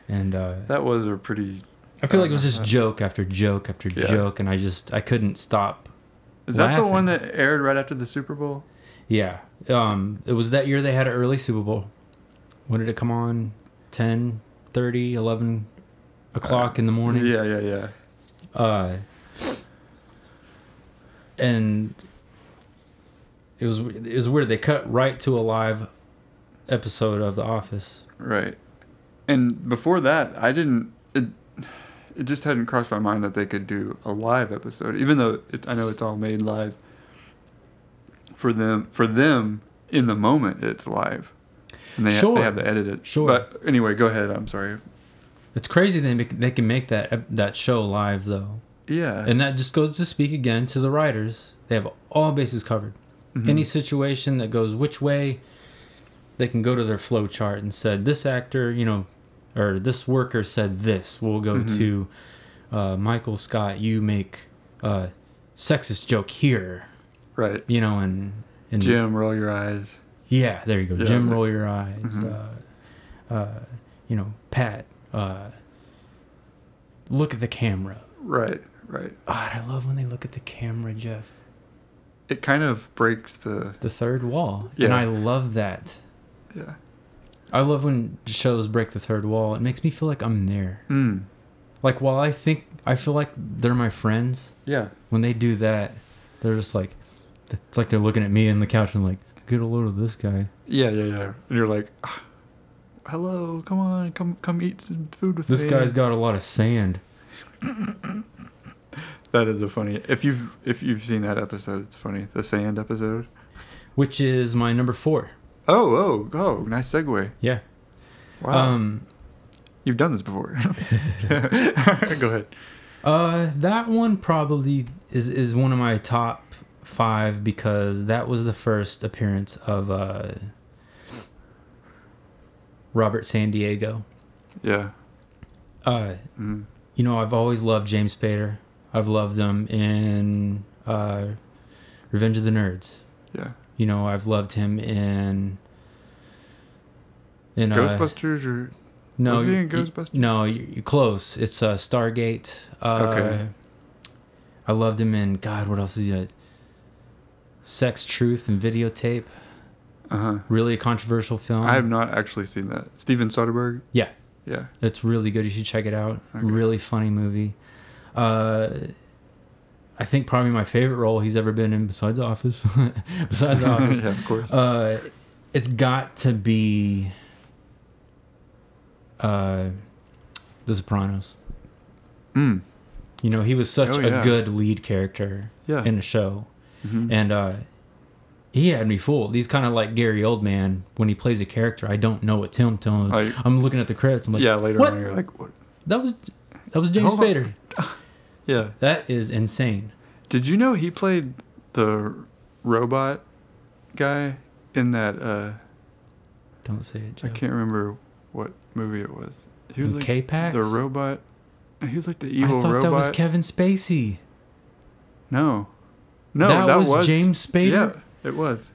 and uh,
That was a pretty.
I feel like it was just joke after joke after
Uh-huh. Yeah.
joke, and I just I couldn't stop.
Is that the one
laughing.
that aired right after the Super Bowl?
Yeah, um, it was that year they had an early Super Bowl. When did it come on? 10, 30, 11 o'clock in the morning.
Yeah, yeah, yeah.
Uh, and it was it was weird. They cut right to a live episode of The Office.
Right. And before that, I didn't. It, it just hadn't crossed my mind that they could do a live episode, even though it, I know it's all made live. For them, for them, in the moment, it's live, and they, ha-
Sure.
they have to edit it.
Sure.
But anyway, go ahead. I'm sorry.
It's crazy they make, they can make that that show live though.
Yeah.
And that just goes to speak again to the writers. They have all bases covered.
Mhm.
Any situation that goes which way, they can go to their flow chart and said this actor, you know, or this worker said this. We'll go
Mhm.
to uh, Michael Scott. You make a sexist joke here,
right.
you know, and and
Jim, roll your eyes.
yeah, there you go.
Yeah.
Jim, roll your eyes.
Mhm.
Uh, uh, you know, Pat, uh, look at the camera.
Right. Right.
God, I love when they look at the camera, Jeff.
it kind of breaks the
the third wall.
Yeah.
And I love that.
yeah.
I love when shows break the third wall. It makes me feel like I'm there.
Mm.
Like while I think I feel like they're my friends,
Yeah.
when they do that, they're just like it's like they're looking at me in the couch and like, get a load of this guy.
Yeah, yeah, yeah. And you're like, "Ah, hello, come on, come come eat some food with
This
me.
guy's got a lot of sand.
That is a funny. If you've if you've seen that episode, it's funny. The sand episode.
Which is my number four.
Oh, oh, oh! Nice segue.
Yeah.
Wow,
Um
you've done this
(laughs)
before. (laughs) Go ahead.
Uh, that one probably is is one of my top five because that was the first appearance of uh Robert San Diego.
Yeah.
Uh,
Mm.
you know I've always loved James Spader. I've loved him in uh, Revenge of the Nerds.
Yeah.
You know I've loved him in in uh,
Ghostbusters or
No,
Was he
you-
in
you-
Ghostbusters?
No, you- you're close. It's uh, Stargate. Uh,
Okay.
I loved him in God. What else is he? in? Sex, Truth, and Videotape.
uh huh.
Really a controversial film.
I have not actually seen that. Steven Soderbergh.
Yeah.
Yeah.
It's really good. You should check it out.
Okay.
Really funny movie. Uh, I think probably my favorite role he's ever been in besides Office. (laughs)
(laughs)
besides Office,
yeah, of course.
uh, it's got to be uh, The Sopranos.
Mm.
You know, he was such
Oh,
a
yeah.
good lead character
Yeah.
in the show,
Mhm.
and uh, he had me fooled. He's kind of like Gary Oldman when he plays a character. I don't know it's him till I'm,
I-
looking at the credits. I'm like,
yeah. Later
what?
on, you're like, what?
that was that was James
Hold on.
Spader.
Yeah.
That is insane.
Did you know he played the robot guy in that? uh
Don't say it,
I
Joe.
can't remember what movie it was. He was like
K-Pax?
the robot. He was like the
I
evil
thought
robot.
that was Kevin Spacey.
no, no,
that,
that,
was, James Spader.
Yeah, it was.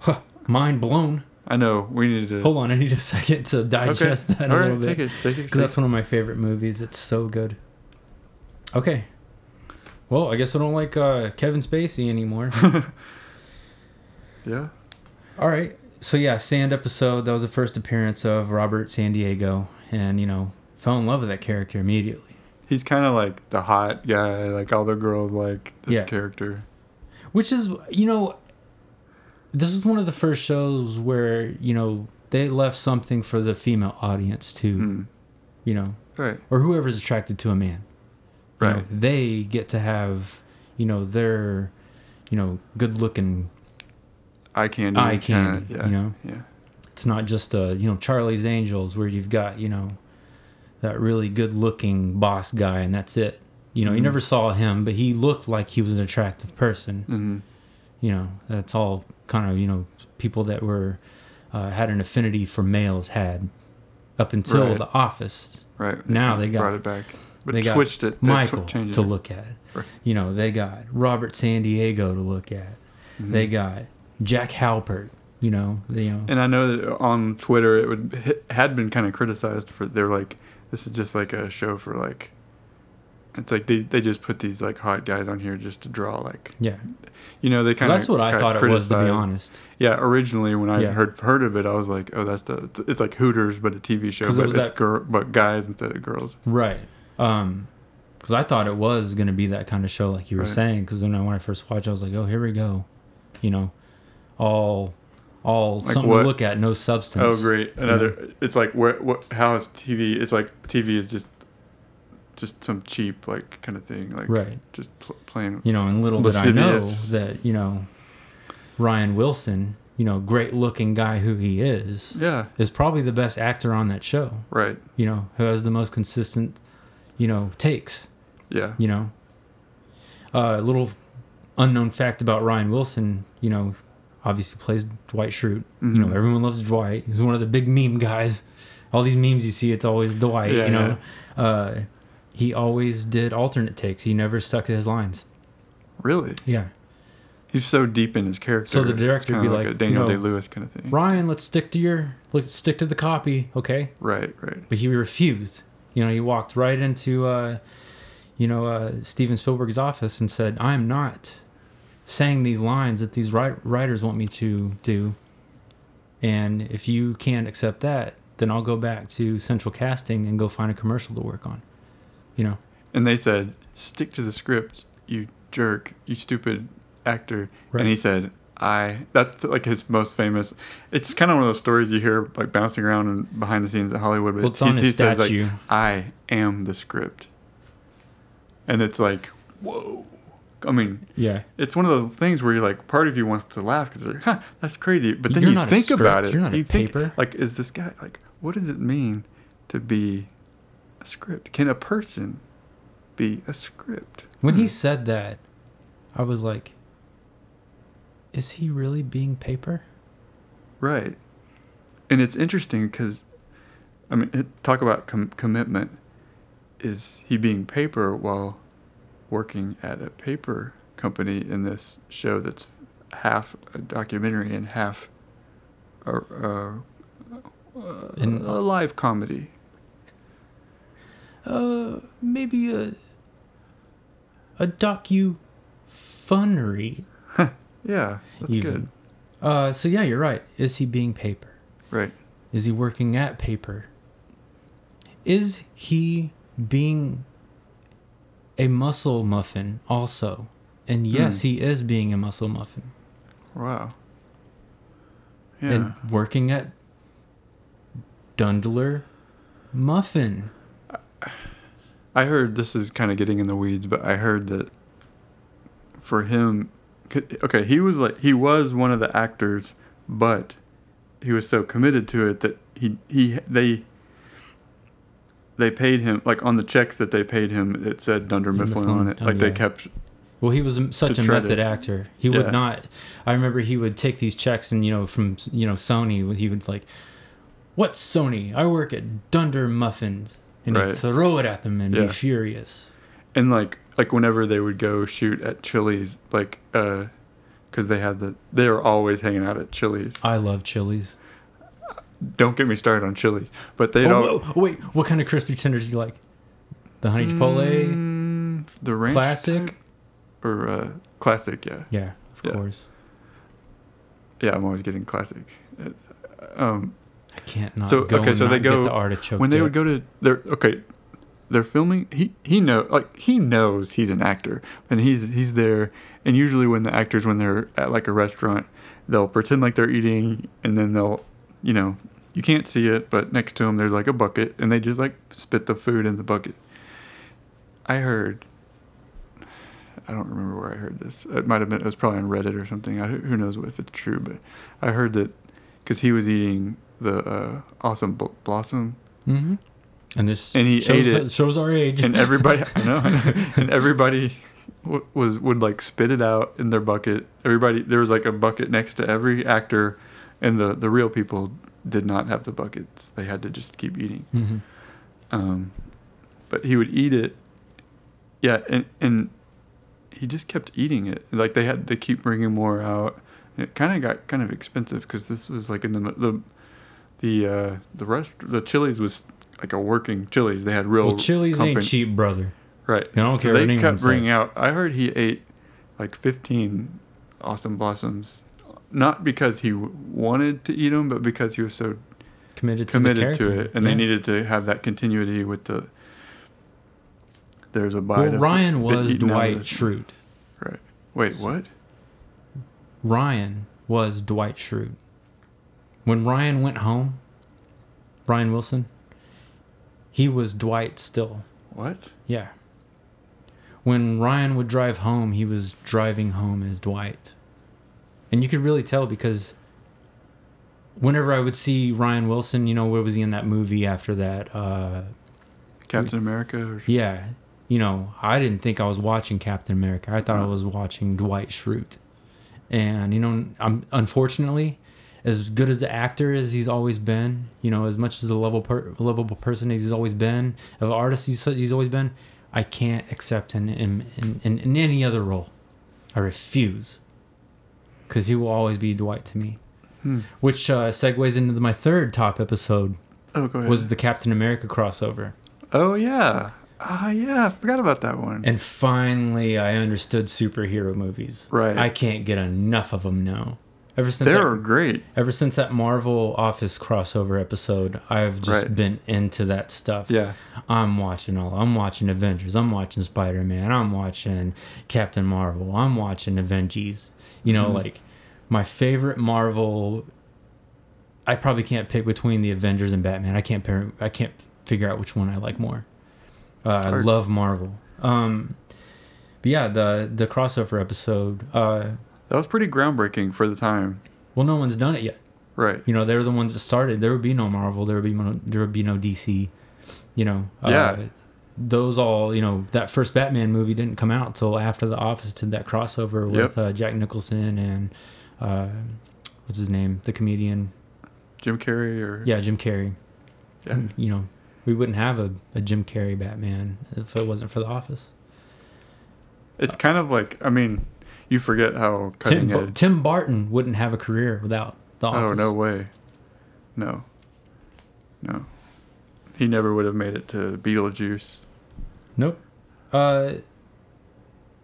Huh, mind blown.
I know. We need to
Hold on, I need a (laughs) second to digest that a
All right,
little bit.
Take it. Take it.
Because
Take
that's one of my favorite movies. It's so good. Okay. Well, I guess I don't like uh, Kevin
(laughs)
Spacey anymore.
it. Yeah.
All right. So yeah, Sand episode. That was the first appearance of Robert San Diego, and you know, fell in love with that character immediately.
He's kind of like the hot guy. Like all the girls like this
Yeah.
character.
Which is, you know, this is one of the first shows where you know they left something for the female audience to,
Hmm.
you know,
Right.
or whoever's attracted to a man. you know,
Right.
they get to have, you know, their, you know, good looking.
Eye candy.
Eye
kinda-
candy,
yeah.
you know?
Yeah.
It's not just uh, you know, Charlie's Angels where you've got, you know, that really good looking boss guy and that's it. You know, you
Mhm.
never saw him, but he looked like he was an attractive person.
hmm
You know, that's all kind of, you know, people that were uh, had an affinity for males had up until
Right.
the office.
Right.
Now they
brought
got
it back. But
they got
switched it. They sw-
Michael
changed
to
it.
look at.
Right.
You know, they got Robert San Diego to look at.
Mm-hmm.
They got Jack Halpert. You know, they, you know,
And I know that on Twitter it would it had been kind of criticized for they're like this is just like a show for like it's like they they just put these like hot guys on here just to draw like
yeah.
you know they
'Cause
kind of
that's what I thought it was, to be honest.
Yeah, originally when I
Yeah.
heard heard of it, I was like, oh, that's the it's- it's like Hooters but a TV show,
'Cause it
but
was
it's
that-
girl but guys instead of girls.
Right. Um, because I thought it was going to be that kind of show, like you were
Right.
saying. Because when I when I first watched, it, I was like, oh, here we go. You know, all all
Like
something
what?
to look at, no substance.
Oh, great! Another it's like where what how is TV? It's like TV is just just some cheap like kind of thing, like
Right.
just pl- plain
you know, and little did I know
Lascivious.
that you know Ryan Wilson, you know, great looking guy who he is,
yeah,
is probably the best actor on that show.
right,
You know, who has the most consistent, you know, takes.
yeah,
You know, a little unknown fact about Ryan Wilson. You know, obviously plays Dwight Schrute. You know,
Mhm.
everyone loves Dwight. He's one of the big meme guys. All these memes you see, it's always Dwight.
Yeah,
you know, uh, he always did alternate takes. He never stuck to his lines.
really.
Yeah.
He's so deep in his character.
So the
it's
director would
kinda
be
like,
like,
a Daniel
no.
Day Lewis kind of thing.
Ryan, let's stick to your let's stick to the copy, okay?
Right, right.
But he refused. You know, he walked right into uh you know, uh, Steven Spielberg's office and said, "I'm not saying these lines that these wri- writers want me to do." And if you can't accept that, then I'll go back to central casting and go find a commercial to work on. You know,
And they said, "Stick to the script, you jerk, you stupid actor."
Right.
And he said, "I." That's like his most famous. It's kind of one of those stories you hear like bouncing around and behind the scenes at Hollywood. But
Well, it's on
he,
his
he says
statue.
like, "I am the script," and it's like, whoa. I mean,
yeah.
it's one of those things where you're like, part of you wants to laugh because like, huh, that's crazy. But then
You're
you
not a
think about
script.
it.
You're not a
you think,
paper.
Like, is this guy like? What does it mean to be a script? Can a person be a script?
When he said that, I was like, "Is he really being paper?"
Hmm. Right. And it's interesting because, I mean, it- talk about com- commitment. Is he being paper while working at a paper company in this show that's half a documentary and half a, a, a-
And-
a live comedy?
Uh, maybe a a docu funnery.
Yeah, that's
Even.
good.
Uh, so yeah, you're right. Is he being paper?
Right.
Is he working at paper? Is he being a muscle muffin also? And yes,
Hmm.
he is being a muscle muffin
Wow. Yeah.
and working at Dundler Muffin.
I heard this is kind of getting in the weeds, but I heard that for him, 'cause- okay, he was like he was one of the actors, but he was so committed to it that he he they they paid him like on the checks that they paid him it said Dunder Mifflin on
Mifflin,
it
oh,
like they
yeah.
kept
Well, he was m- such
To
a
try
method
to-
actor. He
Yeah.
would not. I remember he would take these checks and you know from you know Sony. He would like, "What's Sony? I work at Dunder Muffins," and
Right.
he'd throw it at them and
Yeah.
be furious.
and like like whenever they would go shoot at Chili's like uh because they had the they were always hanging out at Chili's
I love Chili's.
don't get me started on Chili's but they
Oh,
don't
whoa, wait, what kind of crispy tenders do you like? The honey chipotle,
Mm, the ranch
classic.
type? or uh classic yeah
Yeah, of
Yeah.
course.
Yeah, I'm always getting classic. Uh, Um,
I can't not
So,
go.
okay,
and
so they
not
go-
get the artichoke.
when they would go to their okay, they're filming. He he know like he knows he's an actor and he's he's there. And usually when the actors when they're at like a restaurant, they'll pretend like they're eating and then they'll you know you can't see it, but next to them there's like a bucket and they just like spit the food in the bucket. I heard. I don't remember where I heard this. It might have been it was probably on Reddit or something. I, who knows if it's true, but I heard that because he was eating the uh, awesome bl- blossom
hmm And this
And he ate
shows,
it.
shows our age.
(laughs) and everybody I know, I
(laughs)
know. and everybody w- was would like spit it out in their bucket. Everybody there was like a bucket next to every actor, and the the real people did not have the buckets. They had to just keep eating.
hmm
Um, but he would eat it. Yeah, and and he just kept eating it. Like they had to keep bringing more out. And it kind of got kind of expensive because this was like in the the the uh, the rest the Chili's was like a working Chili's. They had real
Well, Chili's ain't
company.
cheap, brother.
Right.
I don't
so
care what
they
anyone
kept bringing
says.
out. I heard he ate like 15 awesome blossoms, not because he w- wanted to eat them, but because he was so
Committed to the
committed
character.
to it, and
Yeah.
they needed to have that continuity with the. There's a bite.
Well,
of
Ryan
bit
was
eaten out of
Dwight
this.
Schrute.
Right. Wait, what?
Ryan was Dwight Schrute. When Ryan went home, Ryan Wilson, he was Dwight still.
What?
Yeah. When Ryan would drive home, he was driving home as Dwight. And you could really tell because whenever I would see Ryan Wilson, you know, where was he in that movie after that? Uh,
Captain America? Or,
yeah. You know, I didn't think I was watching Captain America. I thought I was watching Dwight Schrute. And you know, I'm unfortunately as good as an actor as he's always been, you know, as much as a level per, lovable person as he's always been, of an artist he's, he's always been, I can't accept him in, in, in, in any other role. I refuse. Because he will always be Dwight to me.
Hmm.
Which uh, segues into my third top episode
oh, go ahead.
was the Captain America crossover.
oh yeah. Ah, yeah, I forgot about that one.
And finally, I understood superhero movies.
Right.
I can't get enough of them now. Ever since
they
that,
were great.
ever since that Marvel Office crossover episode, I've just
Right.
been into that stuff.
Yeah.
I'm watching all. I'm watching Avengers. I'm watching Spider Man. I'm watching Captain Marvel. I'm watching Avengers. You know, like my favorite Marvel. I probably can't pick between the Avengers and Batman. I can't. Pair, I can't figure out which one I like more. Uh, I
hard.
love Marvel. Um, but yeah, the the crossover episode. Uh,
That was pretty groundbreaking for the time.
well, no one's done it yet.
Right.
You know, they're the ones that started. There would be no Marvel. There would be no, there would be no DC. You know. Uh,
Yeah.
those all, you know, that first Batman movie didn't come out till after The Office did that crossover with
Yep.
uh, Jack Nicholson and uh, what's his name, the comedian,
Jim Carrey or
yeah, Jim Carrey.
Yeah.
You know, we wouldn't have a, a Jim Carrey Batman if it wasn't for The Office.
It's kind of like I mean, you forget how
Tim,
cutting
Bar-
edge.
Tim Barton wouldn't have a career without The Office.
Oh no way. No. No. He never would have made it to Beetlejuice.
Nope. Uh,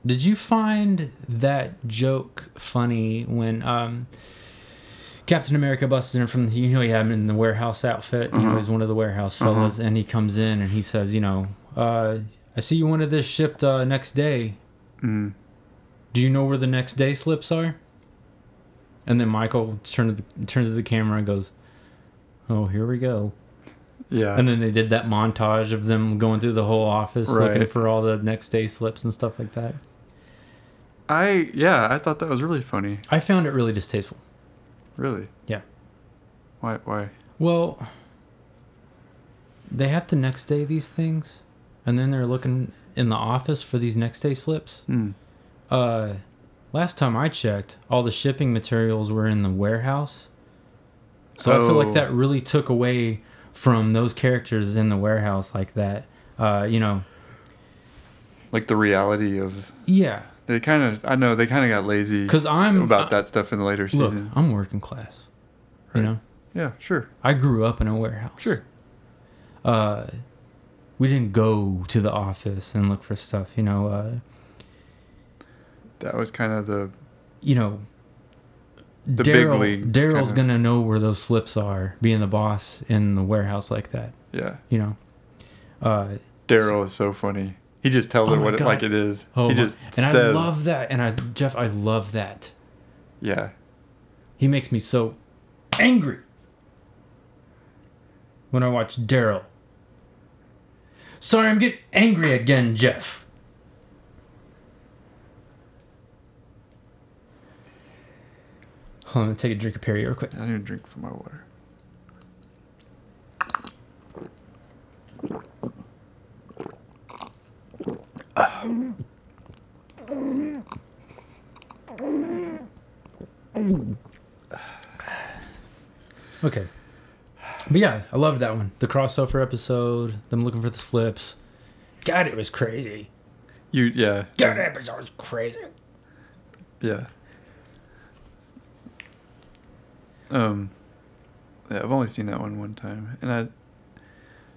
did you find that joke funny when um, Captain America busts in from you know yeah I'm in the warehouse outfit you know
Uh-huh.
he's one of the warehouse fellas and he comes in and he says you know uh, I see you wanted this shipped uh, next day
Mm.
do you know where the next day slips are and then Michael turns to the, turns to the camera and goes oh here we go
Yeah.
and then they did that montage of them going through the whole office looking
Right.
for all the next day slips and stuff like that.
I yeah, I thought that was really funny.
I found it really distasteful.
Really.
Yeah.
Why why?
Well, they have to next day these things, and then they're looking in the office for these next day slips.
Hmm.
Uh, last time I checked, all the shipping materials were in the warehouse. So I feel
Oh.
like that really took away from those characters in the warehouse like that. Uh, you know,
Like the reality of
yeah,
they kind of I know they kind of got lazy
because I'm uh,
about that stuff in the later
Look,
seasons.
I'm working class.
Right.
You know,
yeah, sure.
I grew up in a warehouse.
Sure.
Uh, we didn't go to the office and look for stuff. You know, uh,
That was kind of the
you know.
The big
Daryl,
leagues,
Daryl's
kinda.
gonna know where those slips are, being the boss in the warehouse like that.
yeah.
You know. Uh,
Daryl is so funny. He just tells
Oh
it
my
what it,
God.
like it is.
oh,
he
my-
just
and
says,
I love that. And I, Jeff, I love that.
yeah.
He makes me so angry when I watch Daryl. Sorry, I'm getting angry again, Jeff. Hold on, I'm gonna take a drink of Perrier real quick.
I don't even drink from my water.
Okay. But yeah, I loved that one. The crossover episode, them looking for the slips. God, it was crazy.
You yeah
God, that episode was crazy.
yeah. Um, yeah, I've only seen that one one time, and I.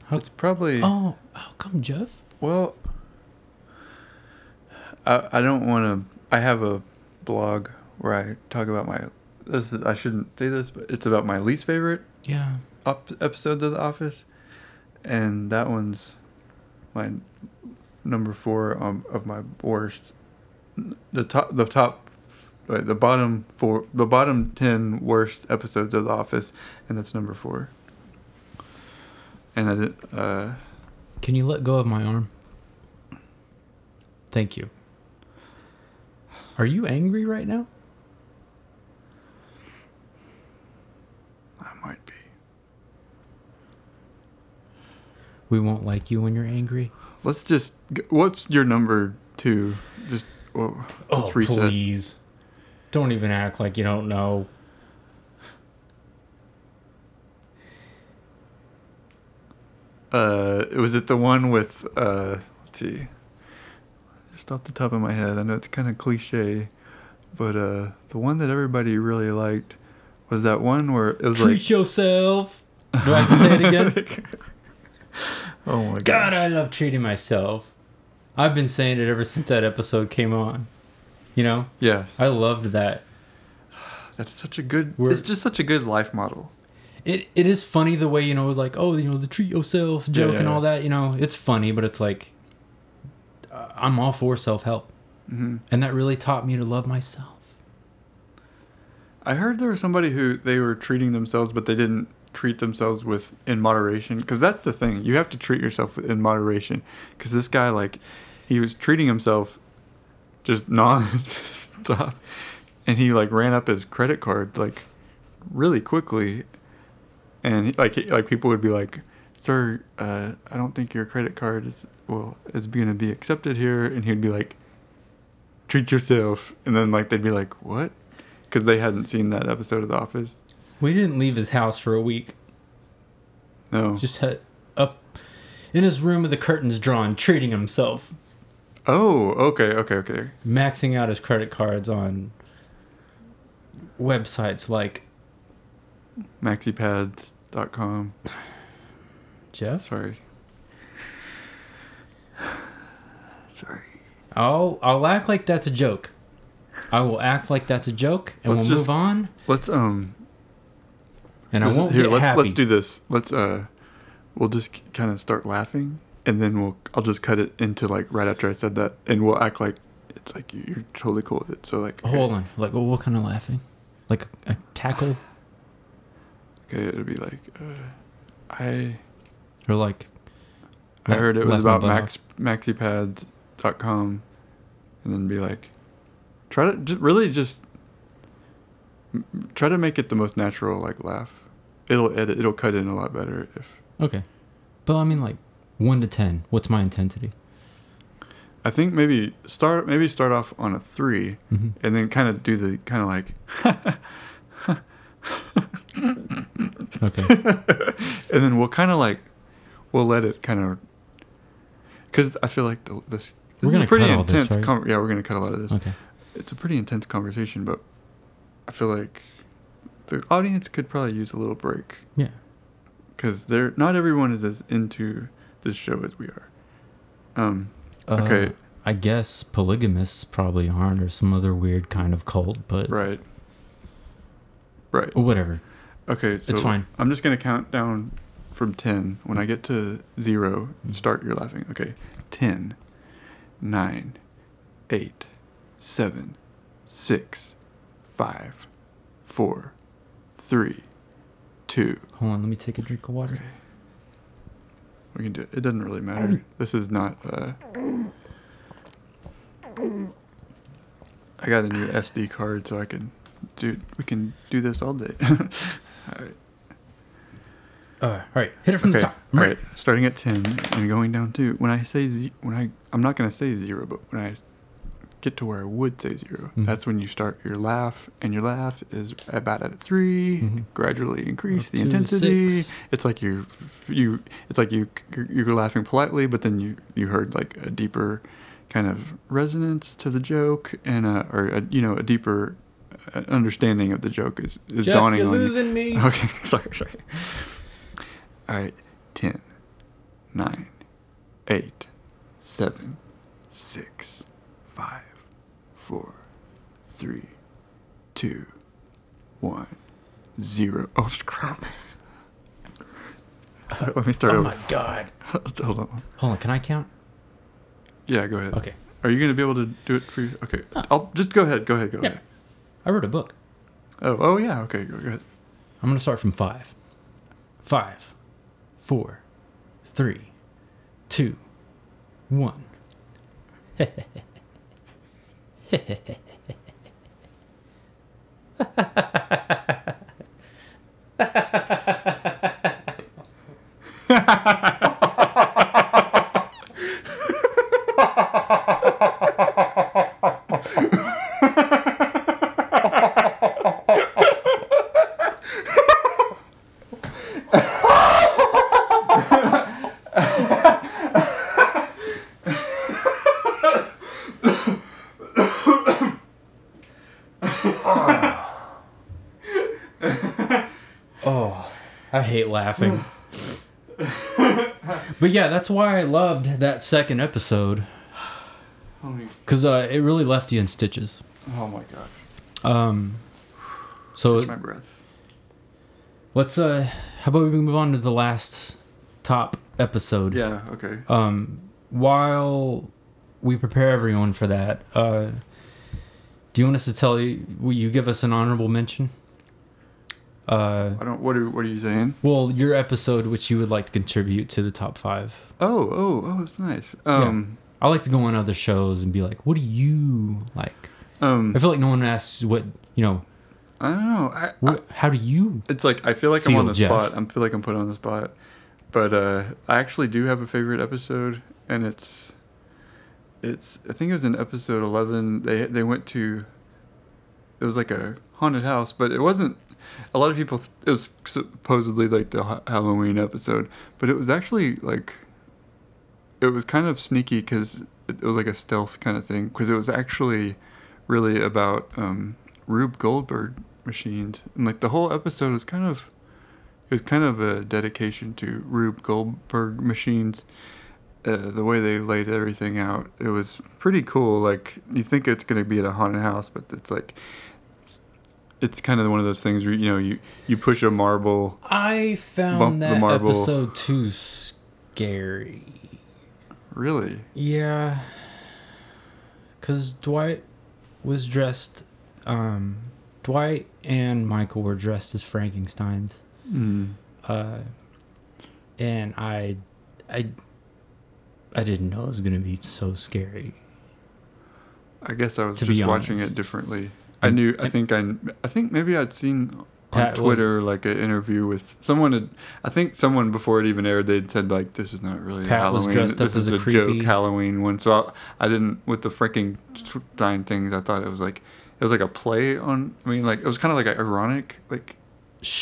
How-
it's probably
Oh, how come, Jeff?
well. I I don't want to. I have a blog where I talk about my. This is, I shouldn't say this, but it's about my least favorite
Yeah.
op- episodes of The Office, and that one's my number four um, of my worst. The top, the top, uh, the bottom four, the bottom ten worst episodes of The Office, and that's number four. And I did. Uh,
Can you let go of my arm? Thank you. Are you angry right now?
I might be.
We won't like you when you're angry.
Let's just. g- What's your number two? Just. Whoa, let's reset.
Oh, please. Don't even act like you don't know.
Uh, was it the one with? Uh, let's see. Just off the top of my head, I know it's kind of cliche, but uh, the one that everybody really liked was that one where it was
Treat yourself. Do I have to say it again?
like. (laughs) Oh my
(laughs) God,
god.
I love treating myself. I've been saying it ever since that episode came on. You know,
Yeah,
I loved that.
that's such a good.
We're-
it's just such a good life model.
It it is funny the way you know it was like oh you know the treat yourself joke
yeah,
and all
yeah.
that you know it's funny but it's like uh, I'm all for self help
hmm
and that really taught me to love myself.
I heard there was somebody who they were treating themselves, but they didn't treat themselves with in moderation. Because that's the thing, you have to treat yourself in moderation. Because this guy, like, he was treating himself just non-stop, (laughs) and he like ran up his credit card like really quickly, and he, like he- like people would be like. Sir, uh, I don't think your credit card is well is going to be accepted here, and he'd be like, "Treat yourself," and then like they'd be like, "What?" because they hadn't seen that episode of The Office.
We didn't leave his house for a week.
No.
Just had up in his room with the curtains drawn, treating himself,
oh, okay, okay, okay.
maxing out his credit cards on websites like
Maxipads.com.
Jeff.
Sorry. Sorry.
I'll I'll act like that's a joke. I will act like that's a joke, and
Let's
we'll
just-
move on.
Let's um.
And I
this-
won't
here,
get
let's
happy.
let's do this. Let's uh, we'll just kind of start laughing, and then we'll I'll just cut it into like right after I said that, and we'll act like it's like you- you're totally cool with it. So like, okay,
Hold on, like well, what kind of laughing? Like a, a cackle,
okay, it'll be like, uh, I
or like
I
Laugh-
heard it was
laugh my
about
butt
max maxipads.com and then be like try to just really just m- try to make it the most natural like laugh. It'll edit it'll cut in a lot better if
okay, but I mean like one to ten. What's my intensity?
I think maybe start maybe start off on a 3
Mm-hmm.
and then kind of do the kind of like
Okay.
(laughs) and then we'll kind of like we'll let it kind of because I feel like the, this,
We're
this is
gonna
a pretty
cut all this,
intense
right?
con- yeah we're gonna cut a lot of this
Okay.
it's a pretty intense conversation, but I feel like the audience could probably use a little break
Yeah.
because they're not everyone is as into this show as we are. Um,
Uh,
Okay.
I guess polygamists probably aren't, or some other weird kind of cult, but
right, right.
whatever.
Okay, so
it's fine.
I'm just gonna count down from ten. When I get to zero,
Mm.
start your laughing. Okay, ten, nine, eight, seven, six, five, four, three, two.
Hold on, let me take a drink of water.
Okay. We can do it. It doesn't really matter. This is not. Uh, I got a new SD card, so I can do. We can do this all day. (laughs) all right.
Uh, all right, hit it from
Okay.
the
All
top.
right. Starting at ten and going down to when I say z- when I I'm not gonna say zero, but when I get to where I would say 0
Mhm.
that's when you start your laugh, and your laugh is about at a 3
Mhm.
Gradually increase
Up
the
to
intensity.
six.
It's like you you it's like you you're- you're laughing politely, but then you you heard like a deeper kind of resonance to the joke, and uh, or a, you know a deeper uh, understanding of the joke is is dawning on you.
me.
(laughs) Okay, sorry, sorry. All right, 10, 9, 8, 7, 6, 5, 4, 3, 2, 1, 0. (laughs) Oh,
(laughs)
crap. All right, let me start
Oh my
over.
god.
(laughs) Hold on.
Hold on, can I count?
Yeah, go ahead.
Okay.
Are you going to be able to do it for you? Okay, I'll just go ahead, go ahead, go
Yeah.
ahead.
I wrote a book.
Oh, oh yeah, okay, go, go ahead. (laughs)
I'm gonna start from five. Five, four, three, two, one.
Oh
I hate laughing. But yeah, that's why I loved that second episode
Holy-
because uh, it really left you in stitches.
Oh my gosh.
Um, so
That's my breath.
let's uh, how about we move on to the last top episode?
Yeah, okay.
Um, while we prepare everyone for that, uh, do you want us to tell you? Will you give us an honorable mention? Uh,
I don't what are what are you saying?
well, your episode which you would like to contribute to the top five.
Oh, oh, oh, that's nice. Um
I like to go on other shows and be like, "What do you like?"
um
I feel like no one asks what you know.
I don't know. I, I
What, how do you?
it's like I feel like I'm on
Feel,
the
Jeff.
spot. I feel like I'm put on the spot. But uh I actually do have a favorite episode and it's it's I think it was in episode 11 they they went to it was like a haunted house, but it wasn't a lot of people th- it was supposedly like the ha- Halloween episode, but it was actually like it was kind of sneaky cuz it was like a stealth kind of thing cuz it was actually really about um, Rube Goldberg machines, and like the whole episode was kind of it was kind of a dedication to Rube Goldberg machines. Uh, the way they laid everything out, it was pretty cool. Like you think it's gonna be at a haunted house, but it's like it's kind of one of those things where you know you you push a marble.
I
Bump
found
the
that
marble.
episode too scary.
Really,
Yeah, because Dwight was dressed. Um, Dwight and Michael were dressed as Frankenstein's.
mm.
uh, and I, I, I didn't know it was gonna be so scary.
I guess I was
To be
just watching
honest.
it differently. I
And-
knew. I
and-
think I. I think maybe I'd seen on
Pat was-
Twitter like an interview with someone. Had, I think someone before it even aired, they'd said like, "This is not really a
Pat was
Halloween.
dressed up
this is
as a
joke
creepy-
Halloween one." So I, I didn't with the freaking dying things. I thought it was like it was like a play on. I mean, like it was kind of like an ironic like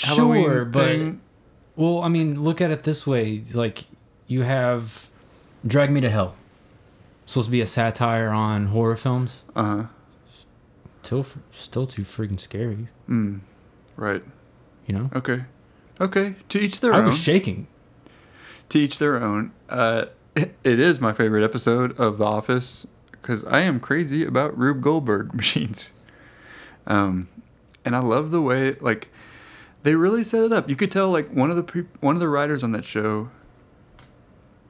Halloween
Sure, but
thing.
well, I mean, look at it this way: like you have "Drag Me to Hell," supposed to be a satire on horror films.
Uh huh.
Still, still too freaking scary.
Mm. Right.
You know,
Okay. Okay. To each their
I
own.
was shaking.
to each their own. Uh, (laughs) it is my favorite episode of The Office because I am crazy about Rube Goldberg (laughs) machines. Um, and I love the way like they really set it up. You could tell like one of the pre- one of the writers on that show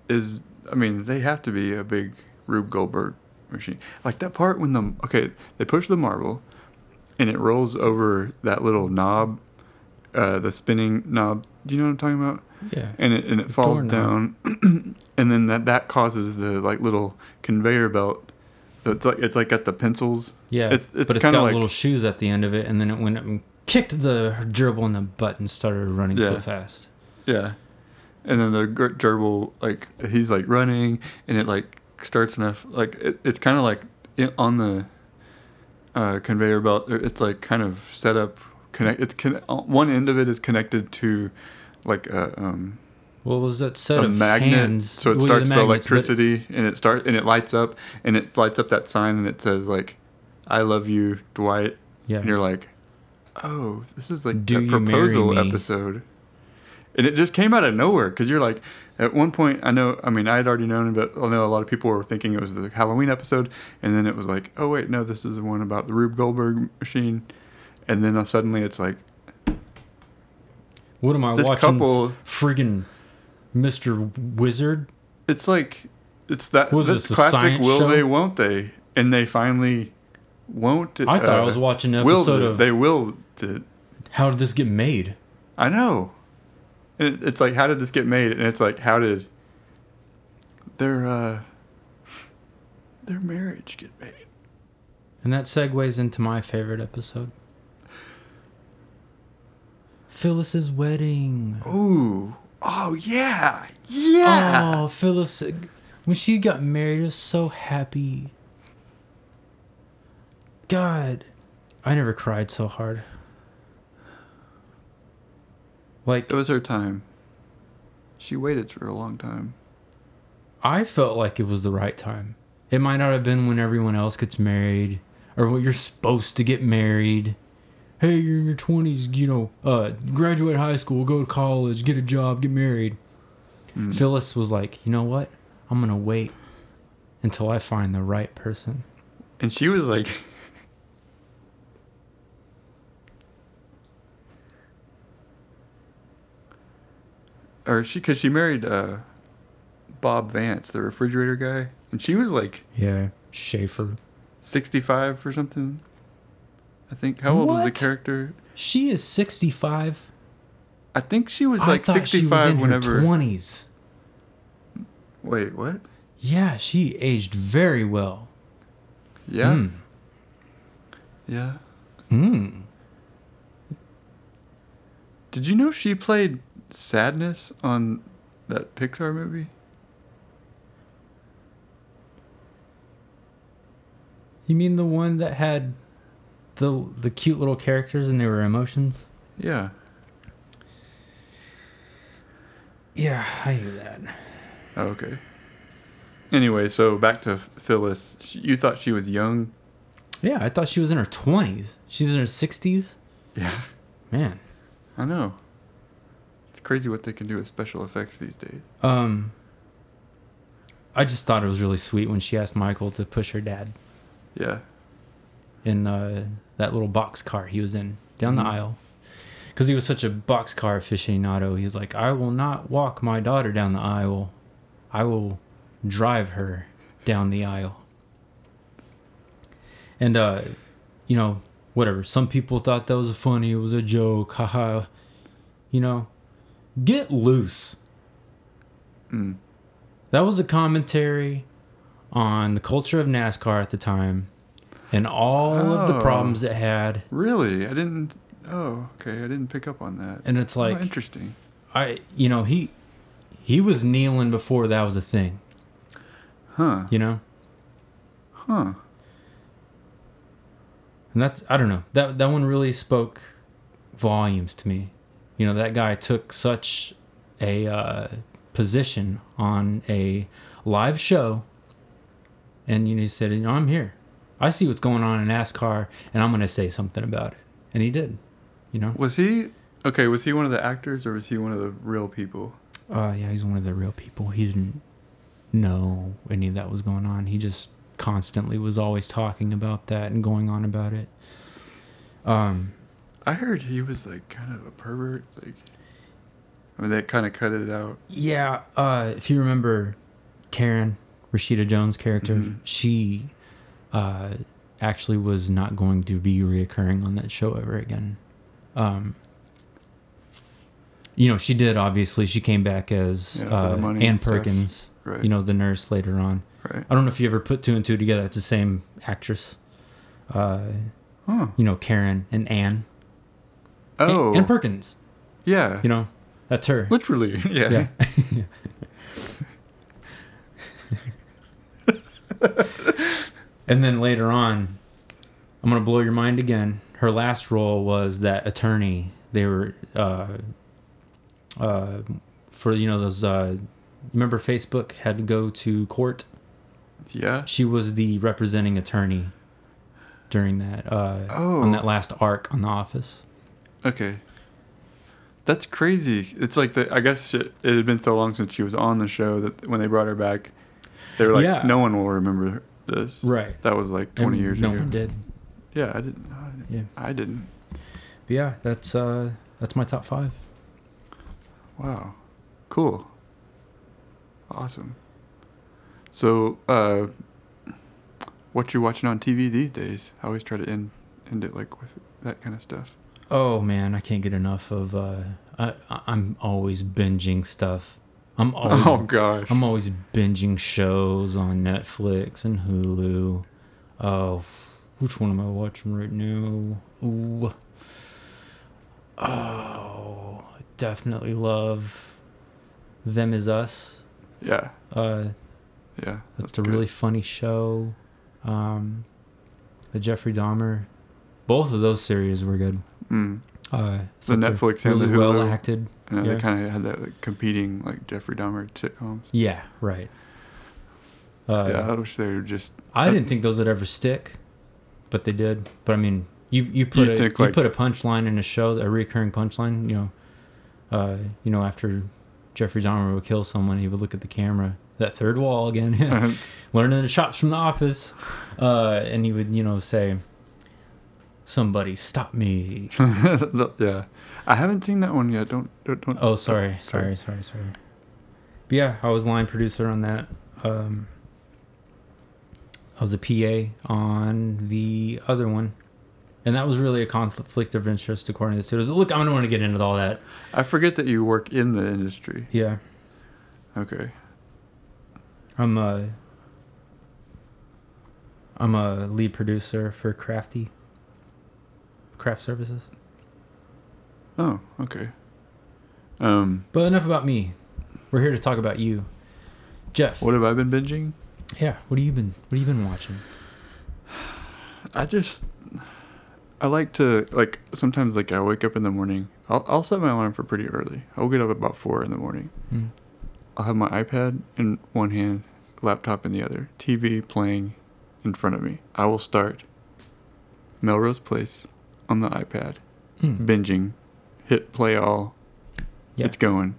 is I mean they have to be a big Rube Goldberg machine. Like that part when the okay they push the marble and it rolls over that little knob, uh, the spinning knob. Do you know what I'm talking about?
Yeah,
and it, and it falls
doorknob.
down (clears throat) and then that that causes the like little conveyor belt it's like it's like got the pencils
yeah.
it's- it's
but it's
kinda
got
like-
little shoes at the end of it, and then it went up and kicked the gerbil in the butt and started running
Yeah.
so fast.
yeah and then the ger- gerbil like he's like running and it like starts enough like it, it's kind of like i- on the uh, conveyor belt there- it's like kind of set up connect it's con- one end of it is connected to like a um
Well, was that set
a
of
magnet,
hands?
so it
Well, yeah,
starts the,
magnets, but-
electricity, and it starts and it lights up, and it lights up that sign, and it says like, "I love you, Dwight,"
Yeah.
and you're like, "Oh, this is like
Do
the
you marry
proposal
me?
episode," and it just came out of nowhere because you're like, at one point, I know, I mean, I had already known, but I know a lot of people were thinking it was the Halloween episode, and then it was like, "Oh wait, no, this is the one about the Rube Goldberg machine," and then suddenly it's like,
What am I
This
watching?
couple-
friggin' Mr. Wizard.
it's like it's that
Was
this
this a
classic
science
will
show?
they won't they and they finally won't
I thought I
uh,
was watching an
willed
episode
it.
of
they willed it
How did this get made?
i know and it- it's like how did this get made and it's like how did their uh their marriage get made
And that segues into my favorite episode. Phyllis's wedding.
ooh oh yeah yeah
Oh, Phyllis when she got married I was so happy. God, I never cried so hard. Like
it was her time she waited for a long time
I felt like it was the right time. It might not have been when everyone else gets married or when you're supposed to get married. Hey, you're in your 20s, you know, uh, graduate high school, go to college, get a job, get married.
Mm.
Phyllis was like, you know what? I'm gonna wait until I find the right person.
And she was like, (laughs) or she, because she married uh, Bob Vance, the refrigerator guy, and she was like
Yeah, Schaefer.
65 or something. I think. How old was the
What?
character?
She is 65.
I think she was
I
like
thought she was
65
in her
whenever.
20s.
Wait, what?
Yeah, she aged very well.
Yeah.
Mm.
Yeah.
Mm.
Did you know she played Sadness on that Pixar movie?
You mean the one that had the the cute little characters and they were emotions?
Yeah.
Yeah, I knew that.
Oh, okay. Anyway, so back to Phyllis. She- You thought she was young.
Yeah, I thought she was in her 20s. She's in her 60s.
Yeah.
Man.
I know. It's crazy what they can do with special effects these days.
Um I just thought it was really sweet when she asked Michael to push her dad
Yeah.
in uh, that little box car he was in down the aisle because he was such a box car aficionado he's like i will not walk my daughter down the aisle i will drive her down the aisle and uh you know whatever some people thought that was funny it was a joke haha you know get loose
Mm.
that was a commentary on the culture of nascar at the time and all of the
Oh.
problems it had
Really? I didn't. Oh, okay. I didn't pick up on that.
and it's
Oh,
like
interesting.
I you know he he was kneeling before that was a thing,
Huh.
you know.
Huh.
And that's I don't know that that one really spoke volumes to me. You know that guy took such a uh, position on a live show, and you know he said, you know, I'm here, I see what's going on in NASCAR, and I'm gonna say something about it, and he did. You know,
Was he. Okay, was he one of the actors or was he one of the real people?
uh, yeah, he's one of the real people. He didn't know any of that was going on. He just constantly was always talking about that and going on about it. Um,
I heard he was like kind of a pervert. Like, I mean, that kind of cut it out.
yeah, uh, if you remember Karen, Rashida Jones' character,
Mm-hmm.
she uh, actually was not going to be reoccurring on that show ever again. Um, you know, she did obviously. She came back as
Yeah, for the
uh,
money
Ann
and stuff.
Perkins,
Right.
you know, the nurse later on.
Right.
I don't know if you ever put two and two together. It's the same actress. Uh,
Huh.
you know, Karen and Anne. A-
Oh.
And Perkins.
yeah.
You know, that's her.
Literally. (laughs) Yeah.
Yeah. (laughs) and then later on, I'm going to blow your mind again. Her last role was that attorney. They were, uh, uh, for, you know, those, uh, remember Facebook had to go to court?
Yeah.
She was the representing attorney during that uh,
Oh.
on that last arc on The Office.
Okay. That's crazy. It's like the I guess it, it had been so long since she was on the show that when they brought her back, they were like,
Yeah.
"No one will remember this."
Right.
That was like 20
And
years
no
ago.
one did.
Yeah, I didn't. I didn't.
Yeah.
I didn't.
But yeah, that's uh, that's my top five.
Wow. Cool. Awesome. So, uh, what you watching on TV these days? I always try to end end it like with that kind of stuff.
Oh man, I can't get enough of. Uh, I, I- I'm always binging stuff. I'm always
oh gosh.
I'm always binging shows on Netflix and Hulu. Oh, which one am I watching right now? Ooh. Oh, definitely love Them Is Us.
yeah.
Uh,
Yeah.
that's, a
good.
really funny show. Um, the Jeffrey Dahmer. Both of those series were good.
Mm.
Uh,
The
they're
Netflix and the
really well
Hulu.
acted.
I know
Yeah.
they kind of had that like, competing like Jeffrey Dahmer sitcoms.
Yeah, right. Uh,
yeah, I wish they were just.
I didn't think those would ever stick, but they did. But I mean, you you put
You
a
think,
you
like-
put a punchline in a show, a recurring punchline. You know, uh, you know after Jeffrey Dahmer would kill someone, he would look at the camera, that third
(laughs)
wall again, (laughs) learning the chops from the office, uh, and he would, you know, say, "Somebody stop me!"
yeah, I haven't seen that one yet. Don't don't. don't-
Oh, sorry, sorry, sorry, sorry. But yeah, I was line producer on that. Um, I was a PA on the other one. And that was really a conflict of interest according to the studio. Look, I don't want to get into all that.
I forget that you work in the industry.
Yeah.
Okay.
I'm a I'm a lead producer for Crafty Craft Services.
Oh, okay. Um,
But enough about me. We're here to talk about you, Jeff.
what have I been binging?
Yeah. What have you been What have you been watching?
I just I like to like sometimes like I wake up in the morning. I'll I'll set my alarm for pretty early. I'll get up about four in the morning.
Mm.
I'll have my iPad in one hand, laptop in the other, TV playing in front of me. I will start Melrose Place on the iPad,
Mm.
binging, hit play all.
Yeah.
It's going.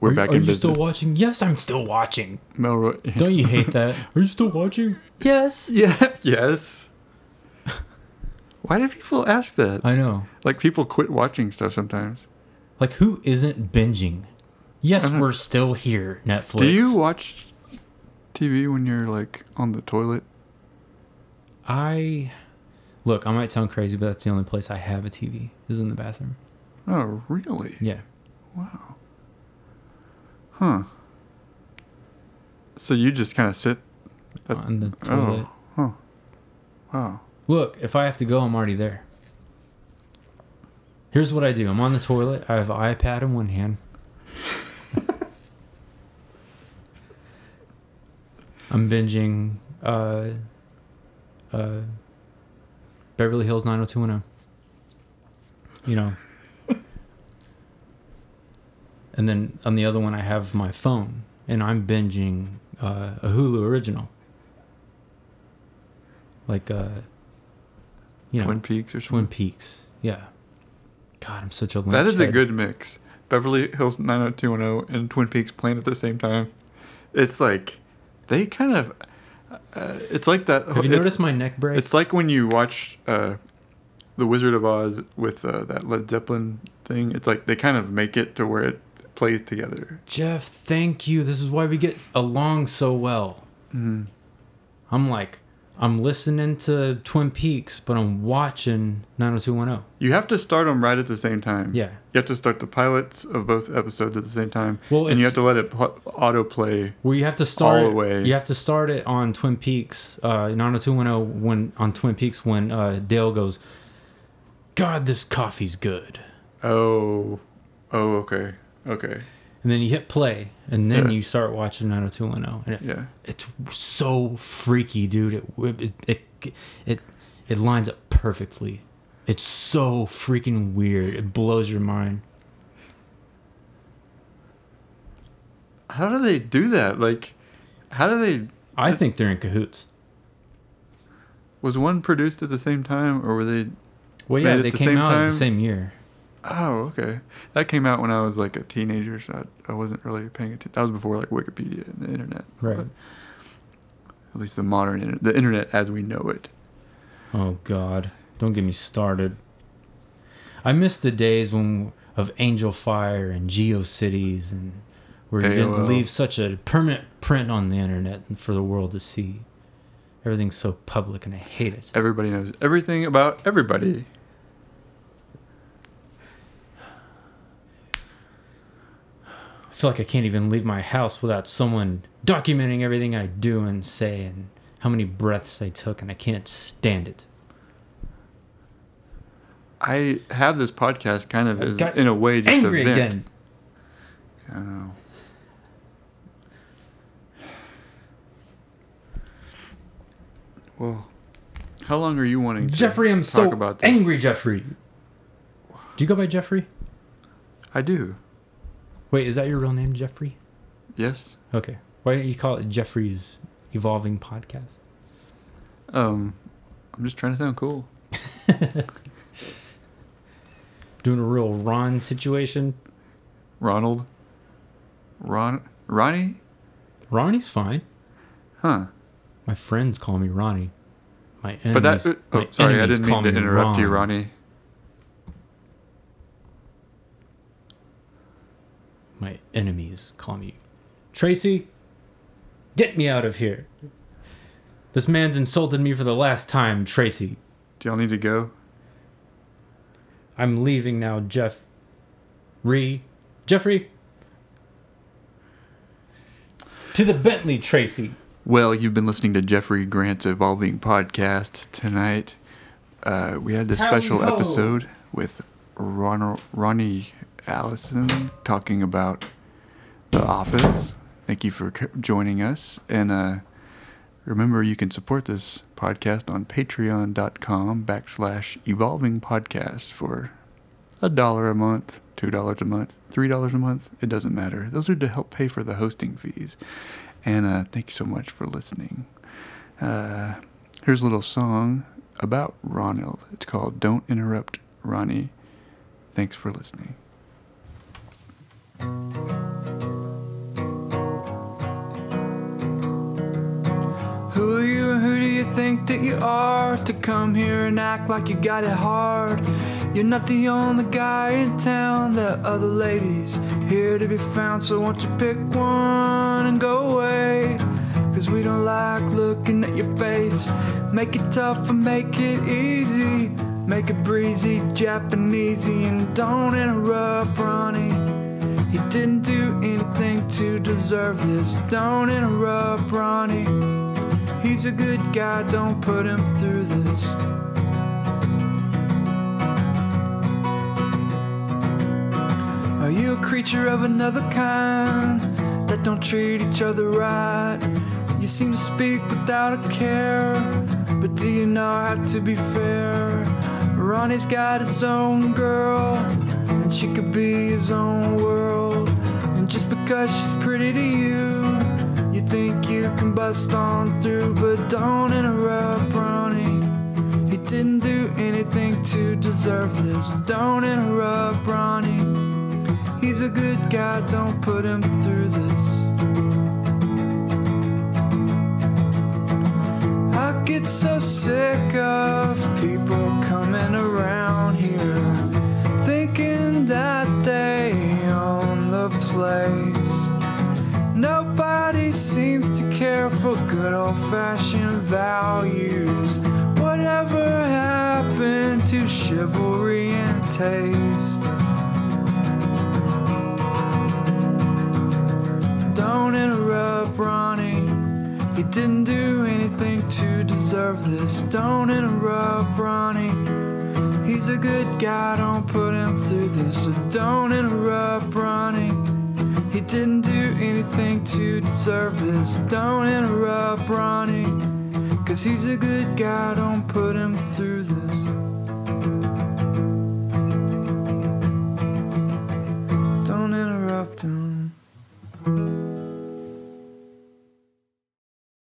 We're
Are you-
back
are
in
you
business.
still watching? Yes, I'm still watching.
Melrose.
Don't
(laughs)
you hate that? (laughs) are you still watching? Yes.
yeah. Yes. Why do people ask that?
I know.
Like people quit watching stuff sometimes.
Like who isn't binging? Yes,
Uh-huh.
we're still here, Netflix.
Do you watch TV when you're like on the toilet?
I look, I might sound crazy, but that's the only place I have a TV is in the bathroom.
Oh, really?
Yeah.
Wow. Huh. So you just kind of sit. That-
on the toilet.
Oh. Huh. Wow.
Look, if I have to go, I'm already there. Here's what I do. I'm on the toilet. I have an iPad in one hand. I'm binging uh, uh, Beverly Hills 90210. You know. and then on the other one, I have my phone, and I'm binging uh, a Hulu original. Like, uh, you know,
Twin Peaks or
Twin
something.
Peaks. Yeah. God, I'm such a lynch
That is a
head.
good mix. Beverly Hills 90210 and Twin Peaks playing at the same time. It's like they kind of. Uh, it's like that.
Have you
it's-
noticed my neck brace?
It's like when you watch uh, The Wizard of Oz with uh, that Led Zeppelin thing. It's like they kind of make it to where it plays together.
Jeff, thank you. This is why we get along so well.
Mhm.
I'm like, I'm listening to Twin Peaks, but I'm watching 90210.
You have to start them right at the same time.
Yeah.
You have to start the pilots of both episodes at the same time.
Well,
and you
it's-
have to let it pl- autoplay.
Well, you have to start
the way.
You have to start it on Twin Peaks, uh, 90210 when on Twin Peaks when uh, Dale goes, "God, this coffee's good,"
Oh. Oh, okay. Okay.
and then you hit play, and then
Yeah.
you start watching 90210, and it
Yeah.
it's so freaky, dude. It it it it, it lines up perfectly. It's so freaking weird. It blows your mind.
How do they do that? Like, how do they.
I think they're in cahoots.
Was one produced at the same time or were they.
Well,
Made
yeah,
at
they
the
came
same
out at
time?
the same year.
Oh, okay. That came out when I was like a teenager, so I, I wasn't really paying attention. That was before like Wikipedia and the internet.
Right.
But at least the modern internet, the internet as we know it.
Oh God, don't get me started. I miss the days when of Angel Fire and GeoCities and where you
AOL.
didn't leave such a permanent print on the internet for the world to see. Everything's so public, and I hate it.
Everybody knows everything about everybody.
I feel like I can't even leave my house without someone documenting everything I do and say and how many breaths I took, and I can't stand it.
I have this podcast kind of
I
as,
got
in a way just
Angry
a vent.
again.
I know. Well, how long are you wanting to
Jeffrey, I'm
talk
so
about this?
angry, Jeffrey. Do you go by Jeffrey?
I do.
Wait, is that your real name, Jeffrey?
Yes.
Okay. Why don't you call it Jeffrey's Evolving Podcast?
Um, I'm just trying to sound cool.
Doing a real Ron situation.
Ronald.
Ron Ronnie?
Ronnie's fine.
Huh.
My friends call me Ronnie. My enemies.
But that
my
oh sorry, I
enemies
didn't
call
mean to
me
interrupt you,
Ron.
Ronnie.
My enemies call me Tracy. Get me out of here. This man's insulted me for the last time, Tracy.
Do y'all need to go?
I'm leaving now, Jeff. Re. Jeffrey. To the Bentley, Tracy.
Well, you've been listening to Jeffrey Grant's Evolving Podcast tonight. Uh, we had this
Howdy
special
ho.
episode with Ron- Ronnie Allison talking about The Office. Thank you for co- joining us. And uh, remember, you can support this podcast on patreon.com backslash evolving podcast for a dollar a month, two dollars a month, three dollars a month. It doesn't matter. Those are to help pay for the hosting fees. And uh, thank you so much for listening. Uh, here's a little song about Ronald. It's called "Don't Interrupt Ronnie." Thanks for listening. Who are you and who do you think that you are to come here and act like you got it hard? You're not the only guy in town, there are other ladies here to be found, so won't you pick one and go away? Cause we don't like looking at your face. Make it tough and make it easy. Make it breezy, Japanesey, and don't interrupt, Ronnie. He didn't do anything to deserve this. Don't interrupt, Ronnie. He's a good guy, don't put him through this. Are you a creature of another kind that don't treat each other right? You seem to speak without a care, but do you know how to be fair? Ronnie's got his own girl, and she could be his own world. And just because she's pretty to you, you think you can bust on through, but don't interrupt Ronnie. He didn't do anything to deserve this. Don't interrupt Ronnie. He's a good guy, don't put him through this. I get so sick of people coming around here thinking that they own the place. Nobody seems to care for good old fashioned values. Whatever happened to chivalry and taste? Don't interrupt Ronnie. He didn't do anything to deserve this. Don't interrupt Ronnie. He's a good guy, don't put him through this. So don't interrupt Ronnie. He didn't do anything to deserve this. Don't interrupt Ronnie. Cause he's a good guy, don't put him through this. Don't interrupt him.